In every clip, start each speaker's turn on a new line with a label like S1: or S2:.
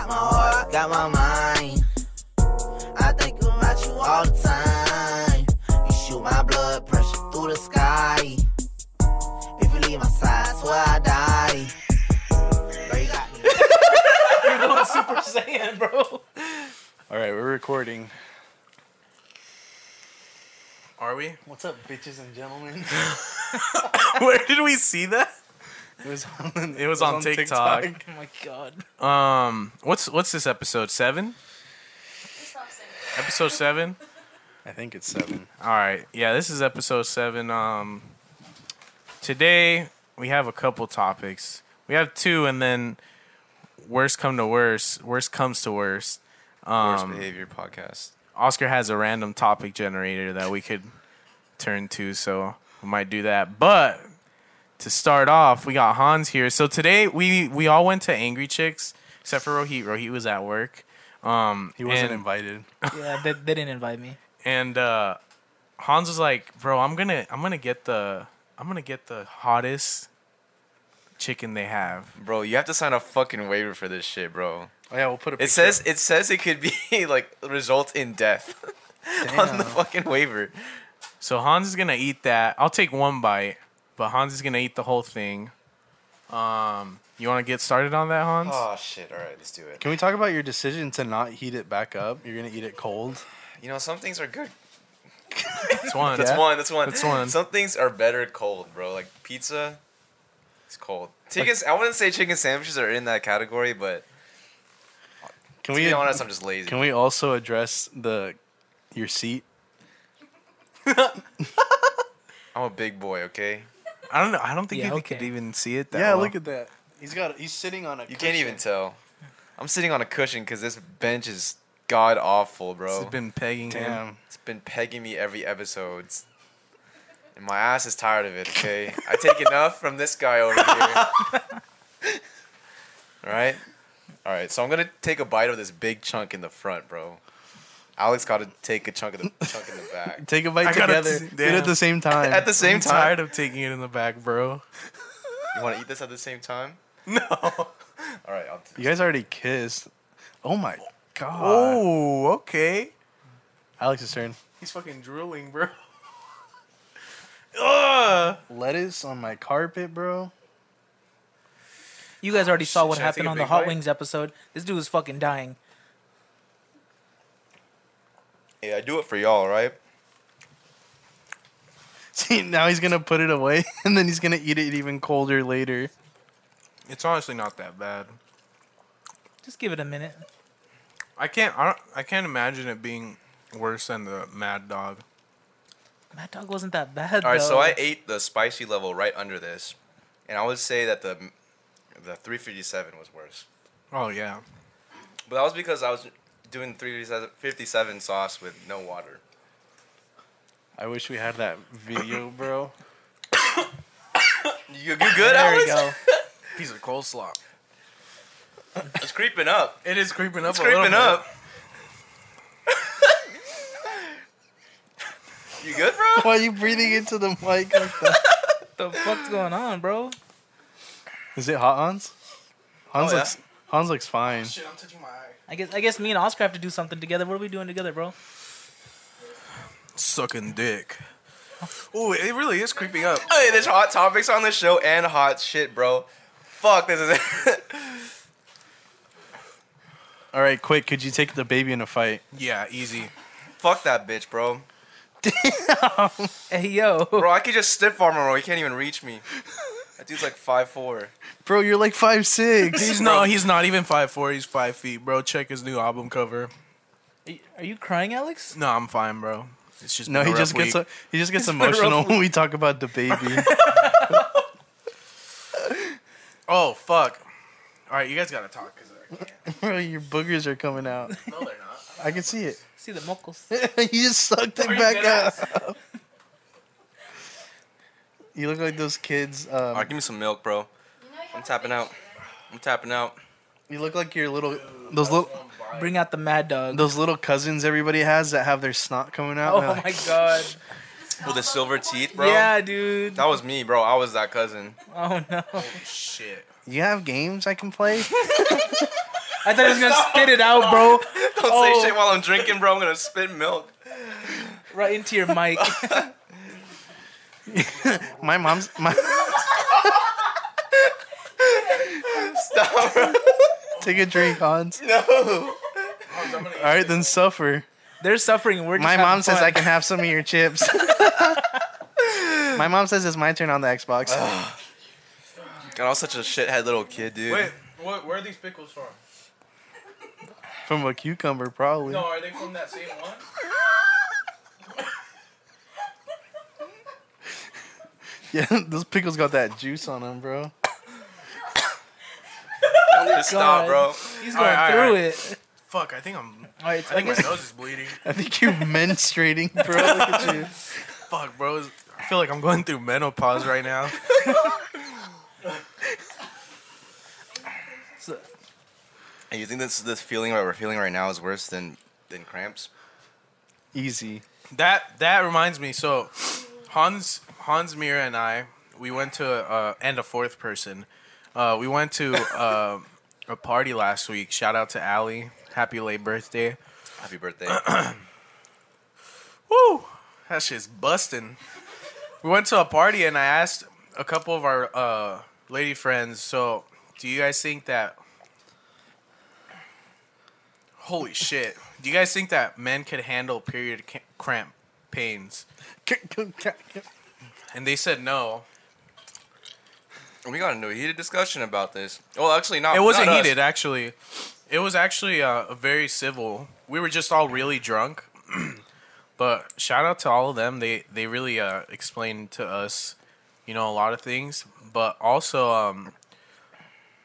S1: I got my mind. I think about you all the time. You shoot my blood pressure through the sky. If you leave my side, swear I die. Girl, you got me.
S2: You're going Super Saiyan, bro.
S3: All right, we're recording.
S4: Are we?
S2: What's up, bitches and gentlemen?
S4: Where did we see that?
S2: It was on,
S4: It was on TikTok.
S2: Oh my god.
S4: Um, what's what's this episode seven? Episode seven.
S3: I think it's seven.
S4: All right, yeah, this is episode seven. Um, today we have a couple topics. We have two, and then worst come to worst, worst comes to worst.
S3: Worst
S4: Um,
S3: behavior podcast.
S4: Oscar has a random topic generator that we could turn to, so we might do that. But to start off, we got Hans here. So today we we all went to Angry Chicks except for Rohit. Rohit was at work. Um,
S3: He wasn't
S4: and,
S3: invited.
S5: Yeah, they, they didn't invite me.
S4: and uh, Hans was like, "Bro, I'm gonna I'm gonna get the I'm gonna get the hottest chicken they have."
S3: Bro, you have to sign a fucking waiver for this shit, bro.
S2: Oh yeah, we'll put a.
S3: It says it says it could be like result in death on the
S2: Damn.
S3: fucking waiver.
S4: So Hans is gonna eat that. I'll take one bite, but Hans is gonna eat the whole thing. Um, you want to get started on that, Hans?
S3: Oh shit! All right, let's do it.
S2: Can we talk about your decision to not heat it back up? You're gonna eat it cold.
S3: You know, some things are good.
S4: That's one.
S3: That's one. That's one.
S4: That's one.
S3: Some things are better cold, bro. Like pizza, it's cold. Chickens. I wouldn't say chicken sandwiches are in that category, but
S2: Can
S3: to
S2: we?
S3: be honest, I'm just lazy.
S2: Can we also address the your seat?
S3: I'm a big boy, okay?
S4: I don't know. I don't think
S5: Yeah,
S4: you
S5: okay.
S4: could even see it. That
S2: Yeah,
S4: well.
S2: look at that. He's got. He's sitting on a.
S3: You can't even tell. I'm sitting on a cushion because this bench is god awful, bro.
S4: It's been pegging him.
S2: Damn.
S3: It's been pegging me every episode. It's- And my ass is tired of it, okay? I take enough from this guy over here. Alright? Alright, so I'm gonna take a bite of this big chunk in the front, bro. Alex gotta take a chunk of the chunk in the back.
S2: Take a bite
S4: I gotta
S2: together.
S4: t-
S2: Eat it at
S4: damn.
S2: the same time.
S3: At the same
S4: I'm
S3: time.
S4: tired of taking it in the back, bro.
S3: You wanna eat this at the same time?
S4: No.
S3: Alright, I'll t-
S2: you guys already kissed. Oh my god.
S4: Oh, okay.
S2: Alex's turn.
S4: He's fucking drooling, bro. Ugh.
S2: Lettuce on my carpet, bro.
S5: You guys already saw
S3: Should-
S5: what
S3: should I take
S5: happened
S3: a
S5: on the
S3: big
S5: Hot
S3: bite?
S5: Wings episode. This dude was fucking dying.
S3: Yeah, I do it for y'all, right?
S2: See, now he's gonna put it away, and then he's gonna eat it even colder later.
S4: It's honestly not that bad.
S5: Just give it a minute.
S4: I can't. I, don't, I can't imagine it being worse than the Mad Dog.
S5: Mad Dog wasn't that bad.
S3: All right,
S5: though.
S3: so I ate the spicy level right under this, and I would say that the the 357 was worse.
S4: Oh yeah.
S3: But that was because I was doing 357 sauce with no water.
S2: I wish we had that video, bro.
S3: You, you good,
S5: There
S3: Alex?
S5: we go.
S4: Piece of coleslaw.
S3: It's creeping up.
S4: It is creeping up.
S3: It's
S4: a little
S3: creeping
S4: bit.
S3: up. you good, bro?
S2: Why are you breathing into the mic like that?
S5: the fuck's going on, bro?
S2: Is it hot Hans? Hans
S3: Oh, yeah.
S2: looks Hans looks fine.
S4: Shit, I'm touching my eye.
S5: I guess I guess me and Oscar have to do something together. What are we doing together, bro?
S4: Sucking dick. Oh, it really is creeping up.
S3: Hey, there's hot topics on this show and hot shit, bro. Fuck, this is
S2: All right, quick, could you take the baby in a fight?
S4: Yeah, easy.
S3: Fuck that bitch, bro.
S5: Hey yo.
S3: Bro, I could just stiff arm him, bro. He can't even reach me. That dude's like five four.
S2: Bro, you're like five six.
S4: He's no, he's not even five four. He's five feet, bro. Check his new album cover.
S5: Are you crying, Alex?
S4: No, I'm fine, bro. It's just
S2: no,
S4: been
S2: he
S4: a
S2: just
S4: rough
S2: gets
S4: week.
S2: a, he just gets
S5: been a rough
S2: emotional when we talk about the baby.
S4: Oh fuck! All right, you guys gotta talk because
S2: bro, your boogers are coming out.
S4: no, they're not.
S2: I can see it.
S5: See the muckles.
S2: you just sucked it
S4: Are you
S2: back
S4: dead
S2: up. you look like those kids.
S3: All right,
S2: Um,
S3: give me some milk, bro. I'm tapping out. I'm tapping out.
S2: you look like your little those little
S5: Bring out the Mad Dog.
S2: those little cousins everybody has that have their snot coming out.
S5: oh
S2: They're like,
S5: my god.
S3: With the silver teeth, bro.
S5: Yeah, dude.
S3: That was me, bro. I was that cousin.
S5: Oh no.
S4: Shit.
S2: You have games I can play?
S5: I thought he was gonna spit it out, bro.
S3: Don't
S5: Oh.
S3: say shit while I'm drinking, bro. I'm gonna spit milk.
S5: Right into your mic.
S2: My mom's my
S3: Stop, bro.
S2: take a drink, Hans.
S3: No.
S2: All right, then suffer.
S5: They're suffering. and We're just
S2: My
S5: having
S2: mom says
S5: fun.
S2: I can have some of your chips. my mom says it's my turn on the Xbox.
S3: God, I was such a shithead little kid, dude.
S4: Wait, what, where are these pickles from?
S2: From a cucumber, probably.
S4: No, are they from that same one?
S2: Yeah, those pickles got that juice on them, bro.
S3: Don't even stop,
S5: God.
S3: bro.
S5: He's going
S4: Alright,
S5: through
S4: alright.
S5: it.
S4: Fuck, I think I'm.
S5: All right,
S4: I
S5: so I
S4: think my
S5: guess
S4: nose is bleeding.
S2: I think you're menstruating, bro. Look at you.
S4: Fuck, bro. it's- I feel like I'm going through menopause right now.
S3: Hey, you think this this feeling that we're feeling right now is worse than than cramps?
S2: Easy.
S4: That that reminds me. So, Hans Hans Mira and I we went to uh, and a fourth person. Uh, we went to uh, a party last week. Shout out to Allie. Happy late birthday.
S3: Happy birthday.
S4: Woo! That shit's busting. We went to a party and I asked a couple of our uh, lady friends. So, do you guys think that? Holy shit! Do you guys think that men could handle period ca- cramp pains? And they said no.
S3: we got into a heated discussion about this. Well, actually, not.
S4: It wasn't
S3: not us.
S4: heated, actually. It was actually uh, very civil. We were just all really drunk. but shout out to all of them. They they really uh, explained to us, you know, a lot of things. But also, um,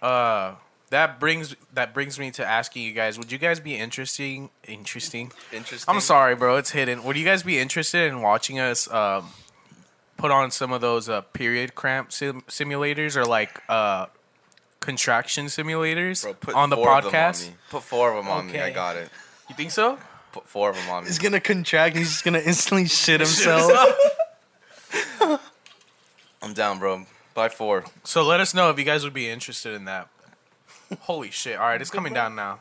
S4: uh, that brings that brings me to asking you guys: Would you guys be interesting? Interesting.
S3: Interesting.
S4: I'm sorry, bro. It's hidden. Would you guys be interested in watching us um, put on some of those uh, period cramp sim- simulators or like uh, contraction simulators
S3: Bro, put
S4: on the
S3: four of them on
S4: podcast?
S3: me. Put four of them on me. I
S5: Okay.
S3: got it.
S4: You think so?
S3: Put four of them on me.
S2: He's gonna contract. He's just gonna instantly shit himself.
S3: I'm down, bro. By four.
S4: So let us know if you guys would be interested in that. Holy shit! All right, it's coming down now.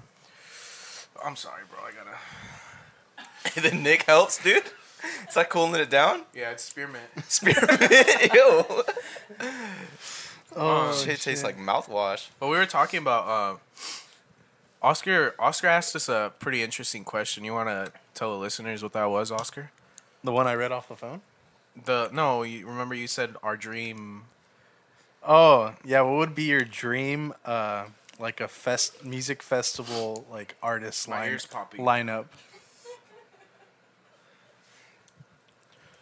S4: I'm sorry, bro. I gotta.
S3: then Nick helps, dude. It's like cooling it down.
S4: Yeah, it's spearmint.
S3: Spearmint. Ew.
S2: Oh,
S3: shit, tastes
S2: shit.
S3: like mouthwash.
S4: But we were talking about uh, Oscar. Oscar asked us a pretty interesting question. You want to tell the listeners what that was, Oscar?
S2: the one I read off the phone.
S4: The no, you remember you said our dream.
S2: Oh yeah, what would be your dream? Uh, like a fest music festival, like artist
S4: My
S2: line
S4: ears popping.
S2: lineup,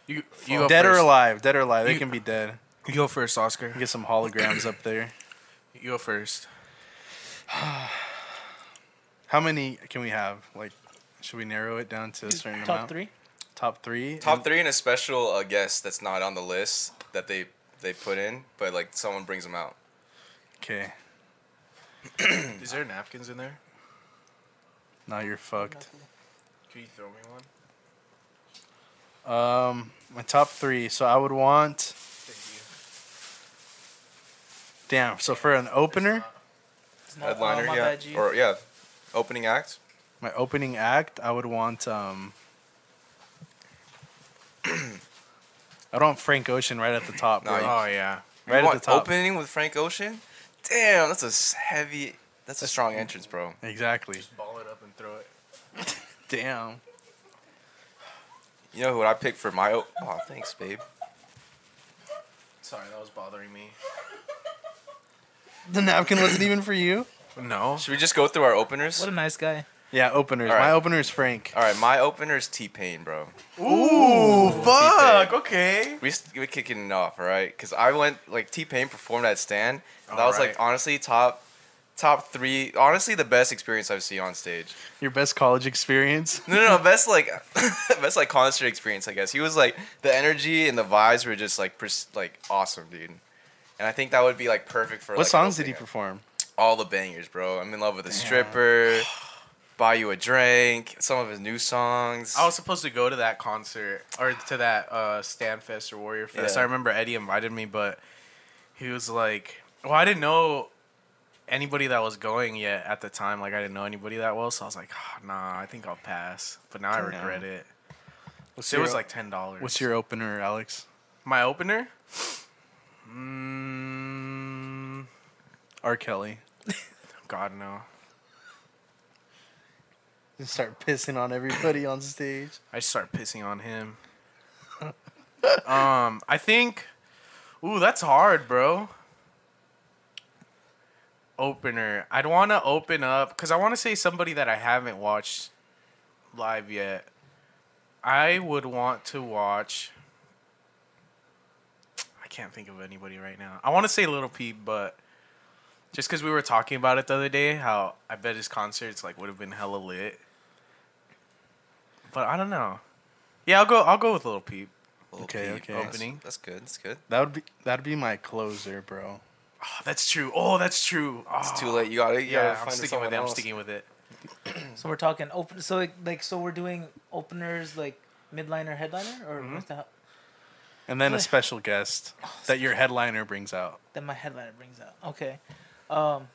S4: You you go
S2: dead
S4: first.
S2: or alive, dead or alive. They
S4: You-
S2: can be dead.
S4: You go first, Oscar.
S2: Get some holograms up there.
S4: You go first.
S2: How many can we have? Like, should we narrow it down to a certain amount?
S5: top three.
S2: Top three.
S3: Top three and a special uh, guest that's not on the list that they they put in, but like someone brings them out.
S2: Okay.
S4: Is there napkins in there?
S2: Now you're fucked.
S4: Can you throw me one?
S2: Um, my top three. So I would want.
S4: Thank
S2: Damn. So for an opener,
S5: It's not-
S3: Headliner,
S5: oh, my
S3: yeah,
S5: bad, G.
S3: or yeah, opening act.
S2: my opening act, I would want. Um, I don't want Frank Ocean right at the top.
S3: No,
S2: bro.
S3: you-
S4: Oh yeah.
S3: You
S2: right at the
S3: want
S2: top.
S3: Opening with Frank Ocean. Damn, that's a s- heavy. That's a strong entrance, bro.
S2: Exactly.
S4: Ball it up and throw it.
S2: Damn.
S3: You know who I picked for my? o- Oh, thanks, babe.
S4: Sorry, that was bothering me.
S2: The napkin wasn't even for you.
S4: No.
S3: Should we just go through our openers?
S5: What a nice guy.
S2: Yeah, openers.
S3: All right.
S2: My opener is Frank.
S3: All right, my opener is T Pain, bro.
S4: Ooh,
S3: fuck,
S4: Okay.
S3: We s- we kicking it off, all right? Because I went like T Pain performed at Stand. and that
S4: All
S3: was
S4: right.
S3: like honestly top top three. Honestly, the best experience I've seen on stage.
S2: Your best college experience.
S3: No, no, no best like best like concert experience, I guess. He was like the energy and the vibes were just like pers- like awesome, dude. And I think that would be like perfect for
S2: What
S3: like, an
S2: songs did he
S3: opening act.
S2: perform?
S3: all the bangers, bro. I'm in love with a stripper, buy you a drink, some of his new songs.
S4: I was supposed to go to that concert or to that uh, Stan Fest or Warrior Fest.
S3: Yeah.
S4: I remember Eddie invited me, but he was like, "Well, I didn't know anybody that was going yet at the time. Like I didn't know anybody that well, so I was like, "Ah, nah, I think I'll pass. But now I regret it.
S2: What's
S4: It
S2: your-
S4: was like ten dollars.
S2: What's your opener, Alex?
S4: my opener? Mm,
S2: R. Kelly.
S4: God no.
S2: Just start pissing on everybody on stage.
S4: I just start pissing on him. um, I think. Ooh, that's hard, bro. Opener. I'd want to open up because I want to say somebody that I haven't watched live yet. I would want to watch. I can't think of anybody right now. I want to say Little Peep, but just because we were talking about it the other day, how I bet his concerts like would have been hella lit. But I don't know. Yeah, I'll go. I'll go with Little Peep.
S3: Little
S2: Okay,
S3: Peep,
S2: okay.
S3: that's-
S4: Opening.
S3: That's good. That's good.
S2: That would be that'd be my closer, bro.
S4: Oh, that's true. Oh, that's true. Oh,
S3: It's too late. You gotta. You gotta
S4: Yeah, I'm
S3: find
S4: sticking with
S3: someone
S4: it. I'm
S3: else.
S4: sticking with it.
S5: So we're talking open. So like, like so we're doing openers like midliner, headliner, or what's the hell-
S2: And then a special guest
S4: Oh,
S2: that your headliner brings out.
S5: that my headliner brings out. Okay. Um,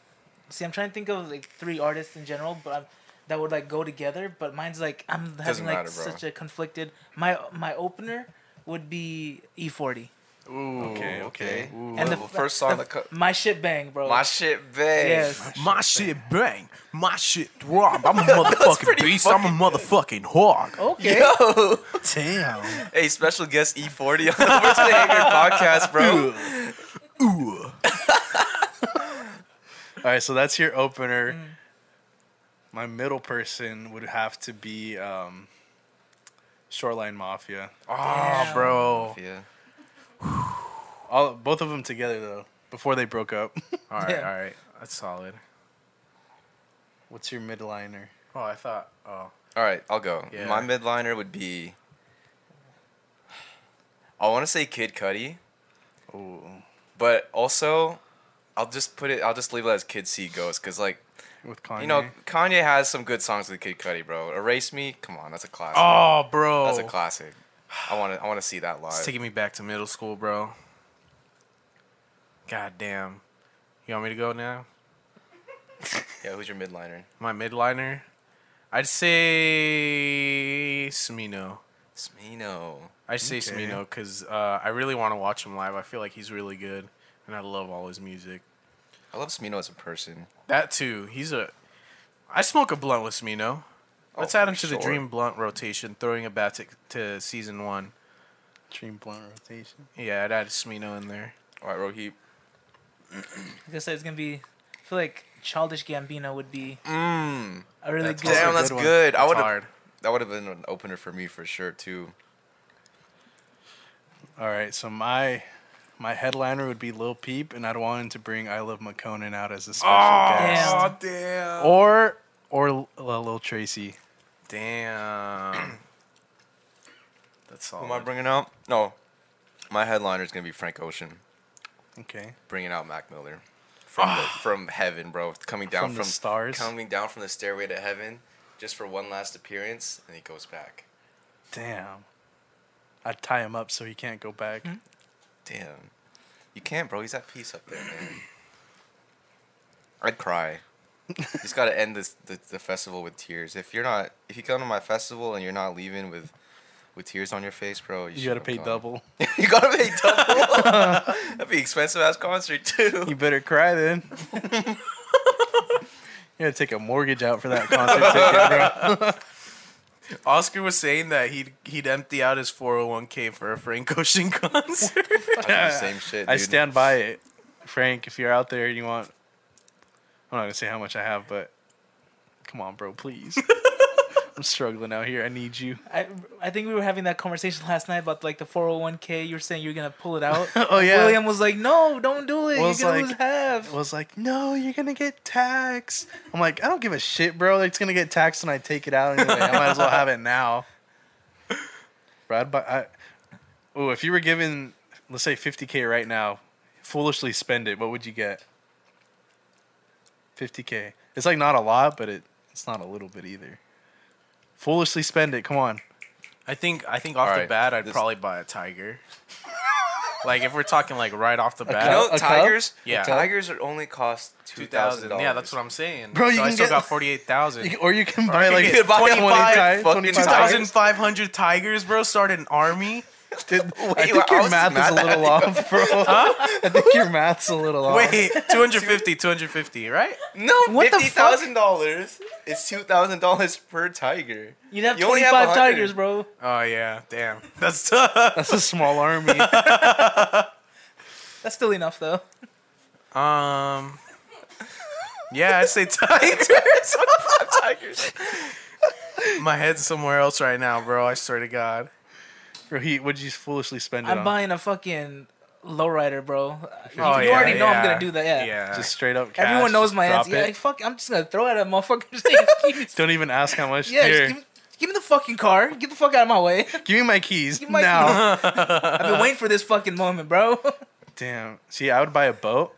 S5: see, I'm trying to think of like three artists in general, but I'm, that would like go together. But mine's like I'm having like
S3: matter, bro.
S5: such a conflicted. My my opener would be E40
S2: Ooh,
S3: Okay, okay.
S2: Ooh.
S3: And
S5: the
S3: the, first song that co-
S5: My shit bang, bro.
S3: my shit bang.
S5: Yes.
S4: My shit bang. My shit throb. I'm a motherfucking beast. I'm a motherfucking hog.
S5: Okay.
S3: Yo,
S2: Damn.
S3: hey, special guest E40 on the Words to the Angry podcast, bro.
S4: Ooh.
S2: All right, so that's your opener.
S4: Mm.
S2: My middle person would have to be um, Shoreline Mafia.
S4: Oh, bro.
S3: Yeah,
S2: All both of them together though. Before they broke up.
S4: All right,
S5: Yeah.
S4: all right. That's solid.
S2: What's your midliner?
S4: Oh, I thought. Oh,
S3: All right, I'll go.
S4: Yeah.
S3: My midliner would be. I want to say Kid Cudi,
S2: Ooh.
S3: but also, I'll just put it. I'll just leave it as Kid C goes, cause like
S2: With Kanye.
S3: you know Kanye has some good songs with Kid Cudi, bro. Erase Me, come on, that's a classic.
S4: oh bro.
S3: That's a classic. I want to. I want to see that live.
S4: It's taking me back to middle school, bro. God damn. You want me to go now?
S3: Yeah, who's your midliner?
S4: My midliner? I'd say Smino.
S3: Smino.
S4: I say
S2: Okay.
S4: Smino because uh, I really want to watch him live. I feel like he's really good, and I love all his music.
S3: I love Smino as a person.
S4: That too. He's a. I smoke a blunt with Smino. Let's
S3: Oh,
S4: add
S3: for
S4: him to the
S3: sure.
S4: Dream Blunt rotation, throwing a bat to, to season one.
S2: Dream blunt rotation.
S4: Yeah, I'd add Smino in there.
S3: All right, Rohit.
S5: Like I said, it's gonna be. I feel like Childish Gambino would be
S3: Mm.
S5: a really
S3: Damn,
S5: good.
S2: a
S3: that's
S2: good one.
S3: good. I
S4: It's
S3: would have.
S4: hard.
S3: That would have been an opener for me for sure too.
S2: All right, so my my headliner would be Lil Peep, and I'd want him to bring I Love McConan out as a special guest,
S4: Oh, damn.
S2: or or L- uh, Lil Tracy.
S4: Damn. That's all.
S3: Who am I bringing out? No, my headliner is gonna be Frank Ocean
S2: Okay,
S3: bringing out Mac Miller from the, from heaven, bro. Coming down
S2: Ah. From
S3: from,
S2: the stars.
S3: coming down from the stairway to heaven, just for one last appearance, and he goes back.
S2: damn. I'd tie him up so he can't go back.
S3: Damn, you can't, bro. He's at peace up there, man. I'd cry. He's got to end this the, the festival with tears. If you're not, if you come to my festival and you're not leaving with with tears on your face, bro, you,
S2: You gotta
S3: shouldn't have
S2: pay
S3: gone.
S2: double.
S3: you gotta pay double. That'd be expensive ass concert
S2: You
S3: too.
S2: better cry then. you gotta take a mortgage out for that concert ticket, bro.
S4: Oscar was saying that he'd he'd empty out his 401k for a Frank Ocean concert.
S3: I do the same shit. Dude.
S2: I stand by it, Frank. If you're out there and you want, I'm not gonna say how much I have, but come on, bro, please. I'm struggling out here. I need you.
S5: I, I think we were having that conversation last night about like the 401k. You're saying you're gonna pull it out.
S2: Oh yeah.
S5: William was like, "No, don't do it.
S2: Will's
S5: you're gonna
S2: like-
S5: lose half."
S2: was like, "No, you're gonna get taxed." I'm like, "I don't give a shit, bro. It's gonna get taxed when I take it out anyway. I might as well have it now." Bro, I'd buy. I, oh, if you were given, let's say, 50k right now, foolishly spend it. What would you get? 50k. It's like not a lot, but it it's not a little bit either. Foolishly spend it. Come on.
S4: I think I think off
S3: All
S4: the
S3: right,
S4: bat I'd
S3: this-
S4: probably buy a tiger. Like if we're talking like right off the bat.
S3: You know,
S2: A cup?
S3: tigers.
S4: Yeah.
S3: tigers are only cost two thousand.
S4: Yeah, that's what I'm saying.
S2: Bro, you
S4: so I
S2: can
S4: still
S2: get-
S4: got forty eight thousand.
S2: You can- or you can buy like
S3: get buy
S2: 20
S3: five
S2: ti-
S3: fucking
S2: 25
S4: Two thousand
S2: tigers.
S4: five hundred tigers, bro, started an army.
S2: Dude, I
S3: Wait,
S2: think
S3: I
S2: your
S3: was
S2: math is
S3: mad
S2: a
S3: at
S2: little off, bro. I think your math's a little off.
S4: Wait, 250, 250, right?
S3: No,
S5: What the
S3: fifty thousand dollars. It's two thousand dollars per tiger.
S5: You'd have
S3: You only have
S5: 25
S3: 100.
S5: tigers, bro.
S4: Oh yeah, damn, that's tough.
S2: That's a small army.
S5: That's still enough, though.
S4: Um, yeah, I say tigers.
S3: Tigers.
S4: My head's somewhere else right now, bro. I swear to God.
S2: Bro, he, what'd you foolishly spend it
S5: I'm
S2: on?
S5: buying a fucking lowrider, bro.
S4: Oh,
S5: you already know I'm gonna do that, yeah.
S4: Yeah.
S2: just straight up cash.
S5: Everyone knows
S2: just
S5: my
S2: drop
S5: answer. Yeah,
S2: it.
S5: like, fuck, I'm just gonna throw it at motherfuckers. Just give me-
S2: Don't even ask how much.
S5: yeah,
S2: Here,
S5: just give, me- give me the fucking car. Get the fuck out of my way.
S2: give me my keys
S5: me my
S2: now.
S5: I've been waiting for this fucking moment, bro. Oh,
S2: Damn. See, I would buy a boat,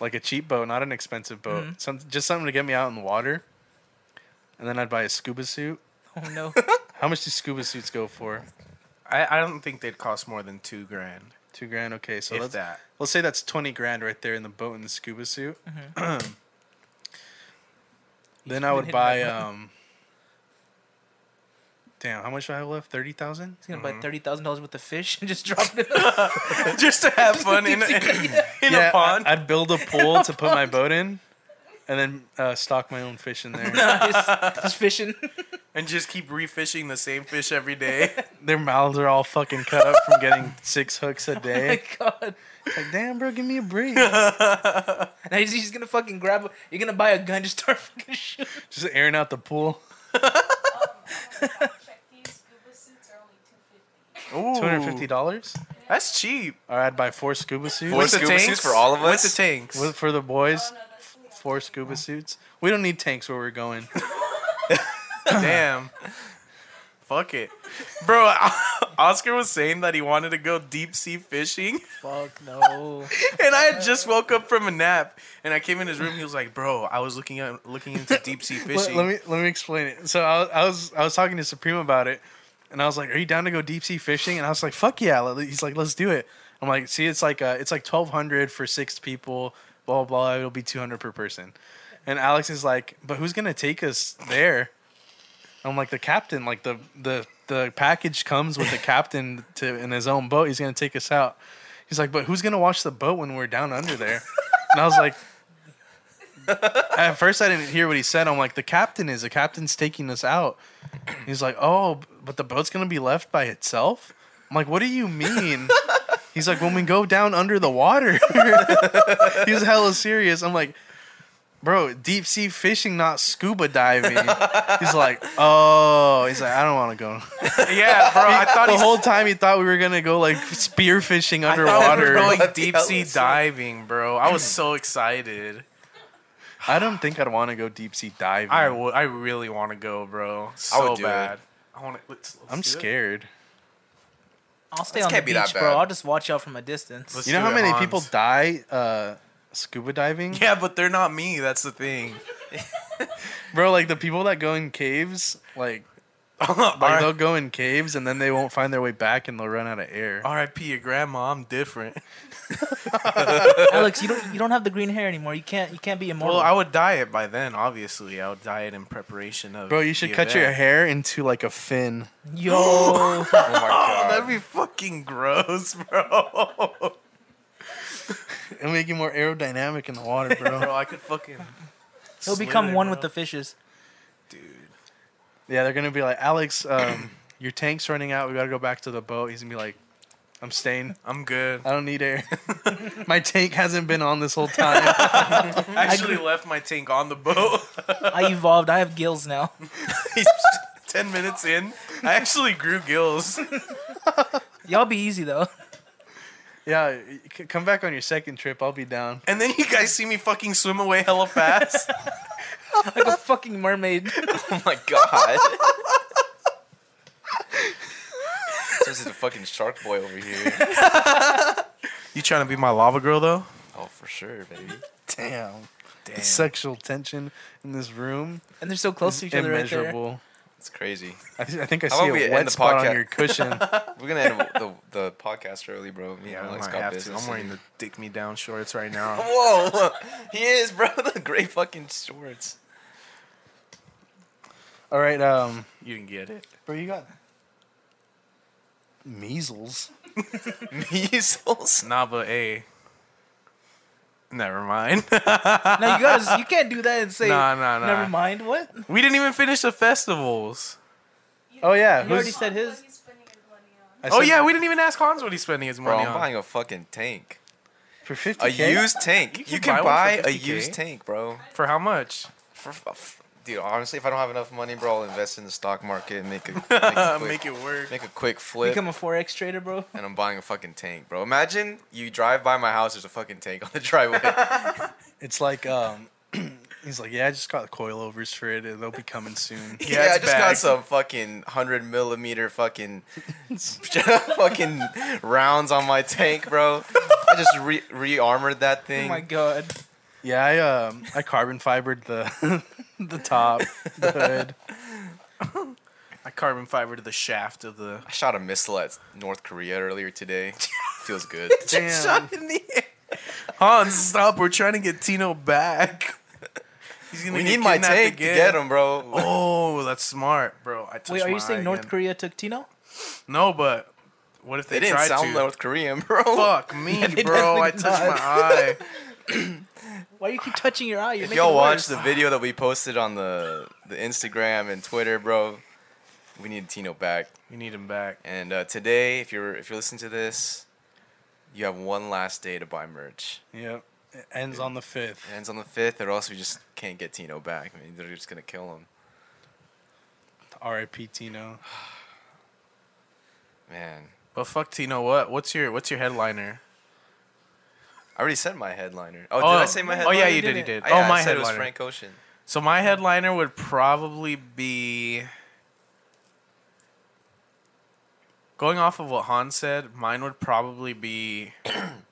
S2: like a cheap boat, not an expensive boat.
S5: Mm.
S2: Some, just something to get me out in the water. And then I'd buy a scuba suit.
S5: oh no.
S2: How much do scuba suits go for?
S4: I, I don't think they'd cost more than two grand,
S2: Two grand. Okay, so
S4: if
S2: let's
S4: that.
S2: let's say that's twenty grand right there in the boat and the scuba suit. then
S5: Mm-hmm.
S2: I
S5: been
S2: would
S5: hitting
S2: buy.
S5: that
S2: um Damn, how much do I have left? Thirty thousand.
S5: He's gonna buy thirty thousand dollars worth of fish and just drop it. In the-
S4: just to have fun in, in, in
S2: Yeah,
S4: a pond.
S2: I, would build a pool to put my boat in, and then uh, stock my own fish in there.
S5: just, just fishing.
S4: and just keep refishing the same fish every day.
S2: Their mouths are all fucking cut up from getting six hooks a
S5: My
S2: day.
S5: God.
S2: Like, damn, bro, give me a break.
S5: Now he's, he's gonna fucking grab. A, you're gonna buy a gun just start fucking shooting.
S2: Just airing out the pool.
S6: Check these scuba suits are only two fifty.
S4: Ooh,
S2: Two hundred fifty dollars.
S4: That's cheap.
S3: Uh,
S2: All right, I'd buy four scuba suits
S3: Four
S4: With the
S3: scuba
S4: tanks?
S3: suits for all of
S4: With
S3: us?
S4: the tanks.
S2: With- for the boys.
S6: Oh no, that's three hundred.
S2: Four scuba suits. We don't need tanks where we're going.
S4: Damn. Fuck it. Bro, Oscar was saying that he wanted to go deep sea fishing.
S5: Fuck no.
S4: And I had just woke up from a nap and I came in his room. He was like, Bro, I was looking at looking into deep sea
S2: let,
S4: fishing.
S2: let me let me explain it. So I, was- I was I was talking to Supreme about it, and I was like, "Are you down to go deep sea fishing?" And I was like, "Fuck yeah!" Let- He's like, "Let's do it." I'm like, "See, it's like uh, it's like twelve hundred for six people, blah blah blah. It'll be two hundred per person." And Alex is like, "But who's gonna take us there?" I'm like, "The captain. Like the the the package comes with the captain to in his own boat. He's gonna take us out." He's like, "But who's gonna watch the boat when we're down under there?" And I was like, at first I didn't hear what he said. I'm like, the captain is. The captain's taking us out. He's like, oh, but the boat's gonna be left by itself. I'm like, what do you mean? He's like, when we go down under the water. he was hella serious. I'm like, bro, deep sea fishing, not scuba diving. He's like, oh, he's like, I don't want to go.
S4: yeah, bro. I thought
S2: the
S4: he
S2: whole time he thought we were gonna go like spear fishing
S4: I thought we
S2: underwater.
S4: were
S2: I,
S4: going
S3: What the
S4: deep
S3: hell
S4: sea
S3: is that?
S4: diving, bro. I was so excited.
S2: don't think I'd want to go deep sea diving.
S4: I would. I really want to go, bro. So
S3: would do
S4: bad.
S3: it.
S4: I want to. Let's, let's
S2: I'm
S4: do it.
S2: scared.
S5: I'll stay
S3: This
S5: on the
S3: can't be that
S5: beach, bro.
S3: bad.
S5: I'll just watch y'all from a distance.
S4: Let's-
S2: You know
S4: do
S2: how
S4: it,
S2: many
S4: Hans.
S2: people die uh, scuba diving?
S4: Yeah, but they're not me. That's the thing.
S2: Bro, like the people that go in caves, like, like they'll
S4: R-
S2: go in caves and then they won't find their way back and they'll run out of air.
S5: Oh,
S4: R.I.P. your grandma. I'm different.
S5: Alex, you don't you don't have the green hair anymore. You can't you can't be immortal.
S4: Well, I would dye it by then. Obviously, I would dye it in preparation of.
S2: Bro, you should
S4: the
S2: cut your
S4: event.
S2: hair into like a fin.
S5: Yo,
S3: Oh my
S4: Oh,
S3: god.
S4: that'd be fucking gross, bro.
S2: It'll make you more aerodynamic in the water, bro.
S4: bro, I could fucking.
S5: he'll become
S4: slither,
S5: one
S4: bro.
S5: with the fishes.
S4: dude.
S2: yeah, they're gonna be like, Alex, um, your tank's running out. We gotta go back to the boat. He's gonna be like, I'm staying.
S4: I'm good.
S2: I don't need air. My tank hasn't been on this whole time.
S4: I actually left my tank on the boat.
S5: I evolved. I have gills now.
S4: Ten minutes in, I actually grew gills.
S5: Y'all be easy though.
S2: yeah, c- come back on your second trip. I'll be down.
S4: And then you guys see me fucking swim away hella fast.
S5: Like a fucking mermaid.
S3: Oh my god. This is a fucking shark boy over here.
S4: You trying to be my lava girl though?
S3: Oh, for sure, baby.
S2: Damn.
S4: Damn.
S2: The sexual tension in this room
S5: And they're so close to each other right there.
S2: immeasurable.
S3: It's crazy.
S2: I, th- I think I
S3: How
S2: see
S3: about we
S2: a
S3: end
S2: wet
S3: the
S2: spot
S3: podcast?
S2: on your cushion.
S3: We're gonna end the, the podcast early, bro. Me and
S4: Yeah, I
S3: Alex
S4: might
S3: got
S4: have to.
S3: business
S4: I'm wearing
S3: do.
S4: the dick me down shorts right now.
S3: Whoa, whoa. he is, bro. The gray fucking shorts.
S2: All right, um,
S4: you can get it.
S2: bro, you got measles.
S3: Measles.
S4: Nah, but hey. Never mind.
S5: No, you guys, you can't do that and say.
S4: Nah, nah, nah.
S5: Never mind. What?
S4: we didn't even finish the festivals.
S2: Oh yeah,
S5: You already
S2: who's?
S5: said his.
S6: What he's spending his money on.
S2: I
S4: oh
S2: said
S4: yeah, we didn't even ask Hans what he's spending his
S3: Bro,
S4: money
S3: I'm
S4: on.
S3: buying a fucking tank.
S2: for
S3: A
S2: fifty k.
S3: used tank.
S4: You
S3: You
S4: can
S3: can,
S4: buy one for
S3: buy, a
S4: 50K.
S3: used tank, bro.
S4: For how much?
S3: For, f- f- dude, honestly, if I don't have enough money, bro, I'll invest in the stock market and make a make a quick,
S4: Uh, Make it work.
S3: make a quick flip.
S5: Become a forex trader, bro. Oh
S3: and I'm buying a fucking tank, bro. Imagine you drive by my house, there's a fucking tank on the driveway.
S2: It's like um, he's like, yeah, I just got coilovers for it, and they'll be coming soon.
S3: yeah, I
S4: it's
S3: just
S4: back.
S3: got some fucking hundred millimeter fucking fucking rounds on my tank, bro. I just re re-armored that
S5: Oh
S3: thing.
S5: my god.
S2: Yeah, I um, I carbon fibered the the top, the hood.
S4: I carbon fiber to the shaft of the.
S3: I shot a missile at North Korea earlier today. Feels good.
S2: Damn.
S4: in the air. Hans, stop! We're trying to get Tino back. He's gonna
S3: we
S4: get
S3: need my
S4: kidnapped
S3: tank
S4: again.
S3: to get him, bro.
S4: Oh, that's smart, bro. I touched
S5: Wait, are
S4: my
S5: you saying
S4: eye
S5: North
S4: again.
S5: Korea took Tino?
S4: No, but what if they,
S3: They didn't
S4: tried
S3: sound
S4: to?
S3: North Korean, bro.
S4: Fuck me,
S5: they
S4: bro! I touched
S5: definitely
S4: my eye.
S5: Why you keep touching your eye? You're
S3: If
S5: making
S3: y'all
S5: it
S3: watch
S5: worse.
S3: the video that we posted on the the Instagram and Twitter, bro, we need Tino back.
S4: We need him back.
S3: And uh, today, if you're if you're listening to this, you have one last day to buy merch.
S2: Yep. It ends on the fifth.
S3: It ends on the fifth, or else we just can't get Tino back. I mean, they're just gonna kill him,
S2: R.I.P. Tino.
S3: man.
S4: But fuck Tino, what? What's your what's your headliner?
S3: I already said my headliner. Oh, did I say my
S4: Oh
S3: headliner?
S4: yeah,
S5: You
S4: you did.
S5: did
S4: You
S5: it.
S4: did.
S3: I,
S4: oh,
S3: I
S4: my
S3: said it was
S4: headliner.
S3: Frank Ocean.
S4: So my headliner would probably be going off of what Han said. Mine would probably be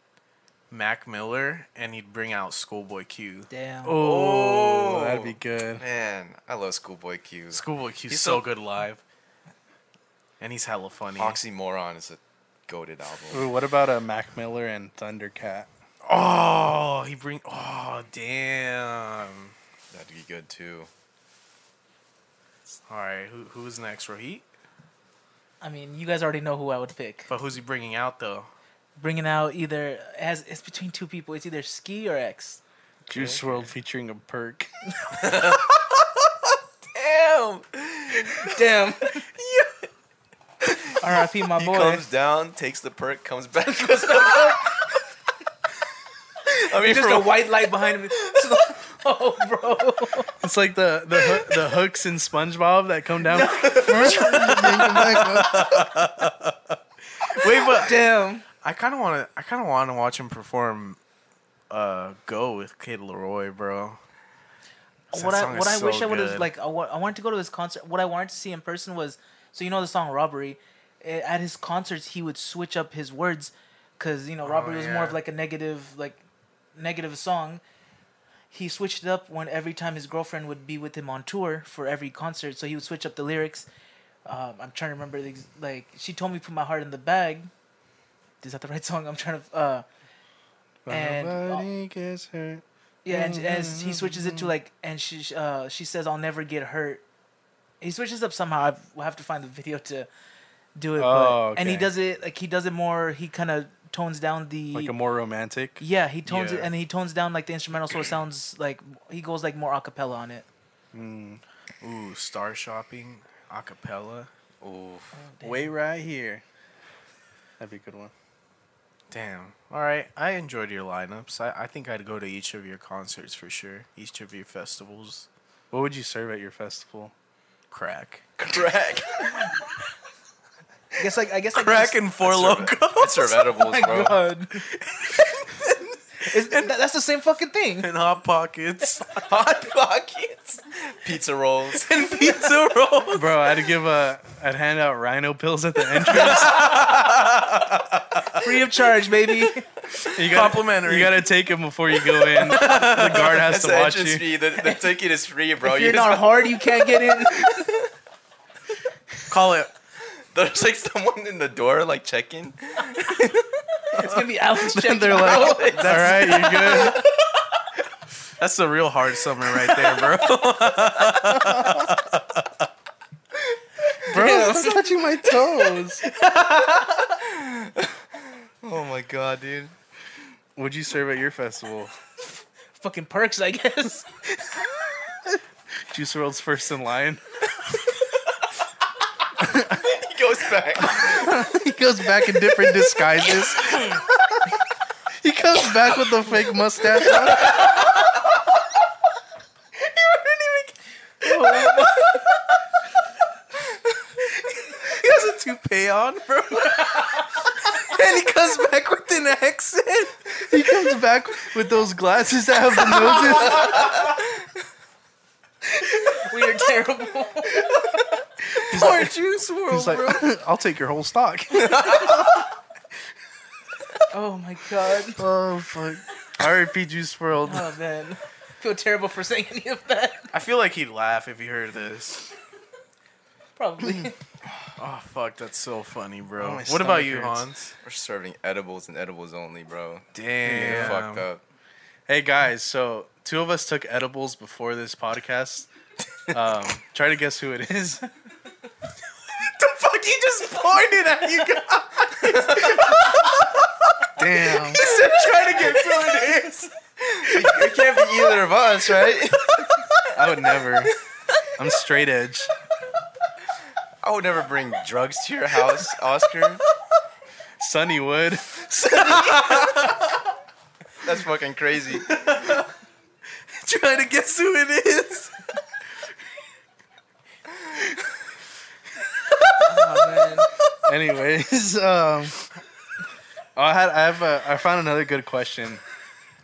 S4: Mac Miller, and he'd bring out Schoolboy Q.
S5: Damn.
S2: Oh,
S3: Oh.
S2: that'd be good.
S3: Man, I love Schoolboy Q.
S4: Schoolboy Q's
S3: He's
S4: so
S3: so-
S4: good live, and he's hella funny.
S3: Oxymoron is a goaded album.
S2: Ooh, what about a Mac Miller and Thundercat?
S4: oh, he bring. Oh, damn.
S3: That'd be good too.
S4: All right, who who's next? Rohit.
S5: I mean, you guys already know who I would pick.
S4: But who's he bringing out though?
S5: Bringing out either as it's between two people. It's either Ski or X.
S2: Juice World featuring a perk.
S3: Damn,
S5: Damn. R.I.P. My
S3: he
S5: boy.
S3: comes down, takes the perk, comes back. goes up. I mean,
S5: Just
S3: for
S5: a
S3: a
S5: white light behind me. oh, bro.
S2: It's like the the hoo- the hooks in SpongeBob that come down.
S4: Wait, but
S5: Damn.
S4: I kind of want to. I kind of want to watch him perform. Uh, go with Kid Leroy, bro. That
S5: what I
S4: song
S5: what
S4: is
S5: I wish
S4: so
S5: I would
S4: good.
S5: have like I wa- I wanted to go to his concert. What I wanted to see in person was so you know the song "Robbery." Eh, At his concerts, he would switch up his words because you know "Robbery" was more
S4: Oh, yeah.
S5: of like a negative like negative song. He switched it up when every time his girlfriend would be with him on tour for every concert, so he would switch up the lyrics. Um, I'm trying to remember the, ex- like she told me put my heart in the bag. Is that the right song? I'm trying to. Uh, and
S2: Nobody gets hurt.
S5: yeah,
S2: Mm-hmm,
S5: and as he switches it to like, and she uh, she says, "I'll never get hurt." He switches up somehow. I've, we'll have to find the video to do it.
S2: Oh,
S5: but, and he
S2: okay.
S5: does it like he does it more. He kind of tones down the
S2: Like a more romantic.
S5: yeah. He tones it
S4: Yeah.
S5: and he tones down like the instrumental, so it sounds like he goes like more a cappella on it.
S4: Ooh, star shopping, acapella.
S3: Oof.
S2: Wait right here. That'd be a good one.
S4: Damn. All right, I enjoyed your lineups. I, I think I'd go to each of your concerts for sure. Each of your festivals.
S2: What would you serve at your festival?
S4: Crack.
S3: crack.
S5: I guess like I guess like
S4: Crack and Four Loko.
S3: I serve edibles, bro.
S5: God. Is- that- that's the same fucking thing.
S4: And hot pockets
S3: Hot pockets, pizza rolls.
S4: and pizza rolls.
S2: Bro, I'd give a I'd hand out rhino pills at the entrance.
S5: Free of charge, baby.
S2: You gotta,
S4: Complimentary.
S2: You gotta take them before you go in. The guard has
S3: That's
S2: to
S3: the
S2: watch
S3: entrance
S2: you.
S3: fee. The, the ticket is free, bro.
S5: if
S3: You
S5: you're not
S3: just-
S5: hard, you can't get in.
S2: call it.
S3: There's like someone in the door, like checking.
S5: It's gonna be Alex. Checking
S2: They're
S5: out.
S2: like, all right, you good?
S4: That's a real hard summer right there, bro.
S2: Bro, I'm touching my toes.
S3: Oh my god, dude.
S2: Would you serve at your festival?
S5: fucking perks, I guess.
S2: Juice World's first in line.
S3: He goes back.
S2: He goes back in different disguises. he comes back with the fake mustache. On.
S4: He has a toupee on, bro. and he comes back with an accent.
S2: He comes back with those glasses that have the noses.
S5: We are terrible.
S4: Poor Juice World,
S2: He's
S4: bro.
S2: like, I'll take your whole stock.
S5: Oh my god.
S2: oh fuck. R.I.P. Juice World.
S5: Oh man. I feel terrible for saying any of that.
S4: I feel like he'd laugh if he heard this.
S5: Probably.
S4: Oh fuck, that's so funny,
S2: Oh, my
S4: bro. what
S2: stomach
S4: about you,
S2: hurts.
S4: Hans?
S3: We're serving edibles and edibles only, bro.
S4: Damn.
S3: You're fucked up.
S2: Hey guys, so two of us took edibles before this podcast. Um, try to guess who it is.
S4: The fuck you just pointed at you guys.
S2: Damn.
S4: said try to get through it is.
S3: It can't be either of us, right?
S2: I would never. I'm straight edge.
S3: I would never bring drugs to your house, Oscar.
S2: Sunny would.
S3: That's fucking crazy.
S4: Try to guess who it is.
S5: Oh man.
S2: Anyways, um, I had I have a, I found another good question.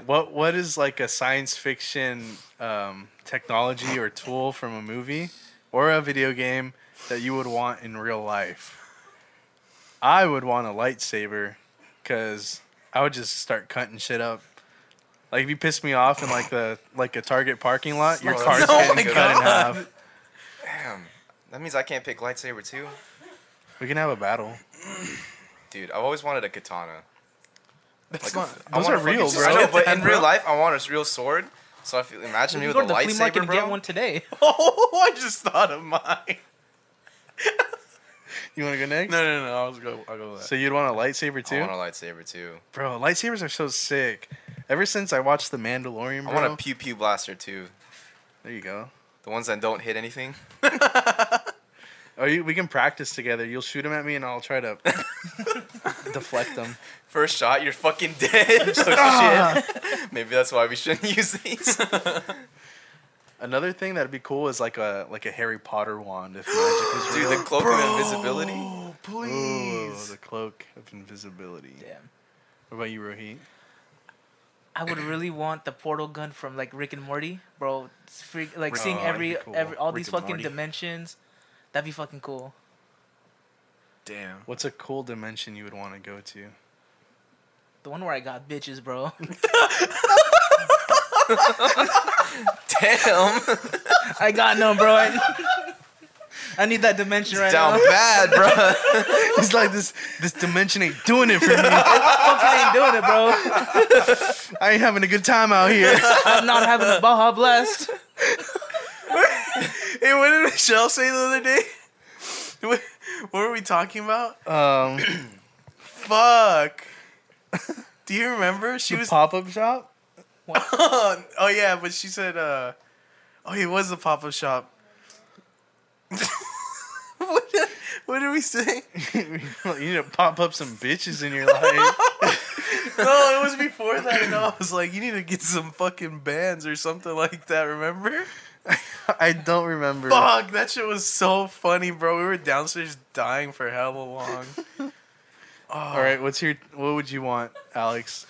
S2: What what is like a science fiction um, technology or tool from a movie or a video game that you would want in real life? I would want a lightsaber because I would just start cutting shit up. Like if you piss me off in like the like a Target parking lot, your
S3: Oh,
S2: car's
S3: that's-
S2: getting
S3: oh my
S2: cut in half.
S3: Damn. That means I can't pick lightsaber too.
S2: We can have a battle.
S3: Dude, I've always wanted a katana.
S4: That's
S3: Like a-
S4: not.
S3: I
S2: Those
S3: want
S2: are
S3: a fucking
S2: real,
S3: sword.
S2: bro.
S3: I know, but in
S4: Bro.
S3: real life, I want a real sword. So I feel, imagine me
S5: You
S3: with
S5: go
S3: a
S5: to the flea market
S3: lightsaber,
S5: and get
S3: bro.
S5: one today.
S4: Oh, I just thought of mine.
S2: You want to go next?
S4: No, no, no. I was go. I'll go with that.
S2: So you'd want a lightsaber too?
S3: I want a lightsaber too.
S2: Bro, lightsabers are so sick. Ever since I watched The Mandalorian, bro.
S3: I want a pew pew blaster too.
S2: there you go.
S3: The ones that don't hit anything.
S2: Oh, you, we can practice together. You'll shoot them at me, and I'll try to deflect them.
S3: First shot, you're fucking dead. oh, shit. Maybe that's why we shouldn't use these.
S2: Another thing that'd be cool is like a like a Harry Potter wand if magic was
S3: Dude,
S2: real.
S3: the cloak of invisibility.
S4: Oh,
S2: Ooh,
S4: please.
S2: the cloak of invisibility.
S5: Damn.
S2: What about you, Rohit?
S5: I would really want the portal gun from like Rick and Morty, bro. It's freak, like seeing
S2: Oh, that'd be
S5: every
S2: cool.
S5: every all
S4: Rick
S5: these
S4: and
S5: fucking
S4: Morty.
S5: dimensions. That'd be fucking cool.
S4: Damn.
S2: What's a cool dimension you would want to go to?
S5: The one where I got bitches, bro.
S3: Damn.
S5: I got none, bro. I, I need that dimension right
S3: Down
S5: now.
S3: bad, bro.
S2: It's like this this dimension ain't doing it for me.
S5: Fucking ain't doing it, bro.
S2: I ain't having a good time out here.
S5: I'm not having a Baja Blast.
S4: Hey, what did Michelle say the other day? What, what were we talking about?
S2: Um,
S4: Fuck. Do you remember? She was.
S2: pop up shop.
S4: oh, yeah, but she said. uh Oh, it was the pop up shop. what, did, what did we say?
S2: you need to pop up some bitches in your life.
S4: No, it was before that, and I was like, you need to get some fucking bands or something like that. Remember?
S2: I don't remember.
S4: Fuck, that shit was so funny, bro. We were downstairs dying for hella long.
S2: All right, what's your what would you want, Alex?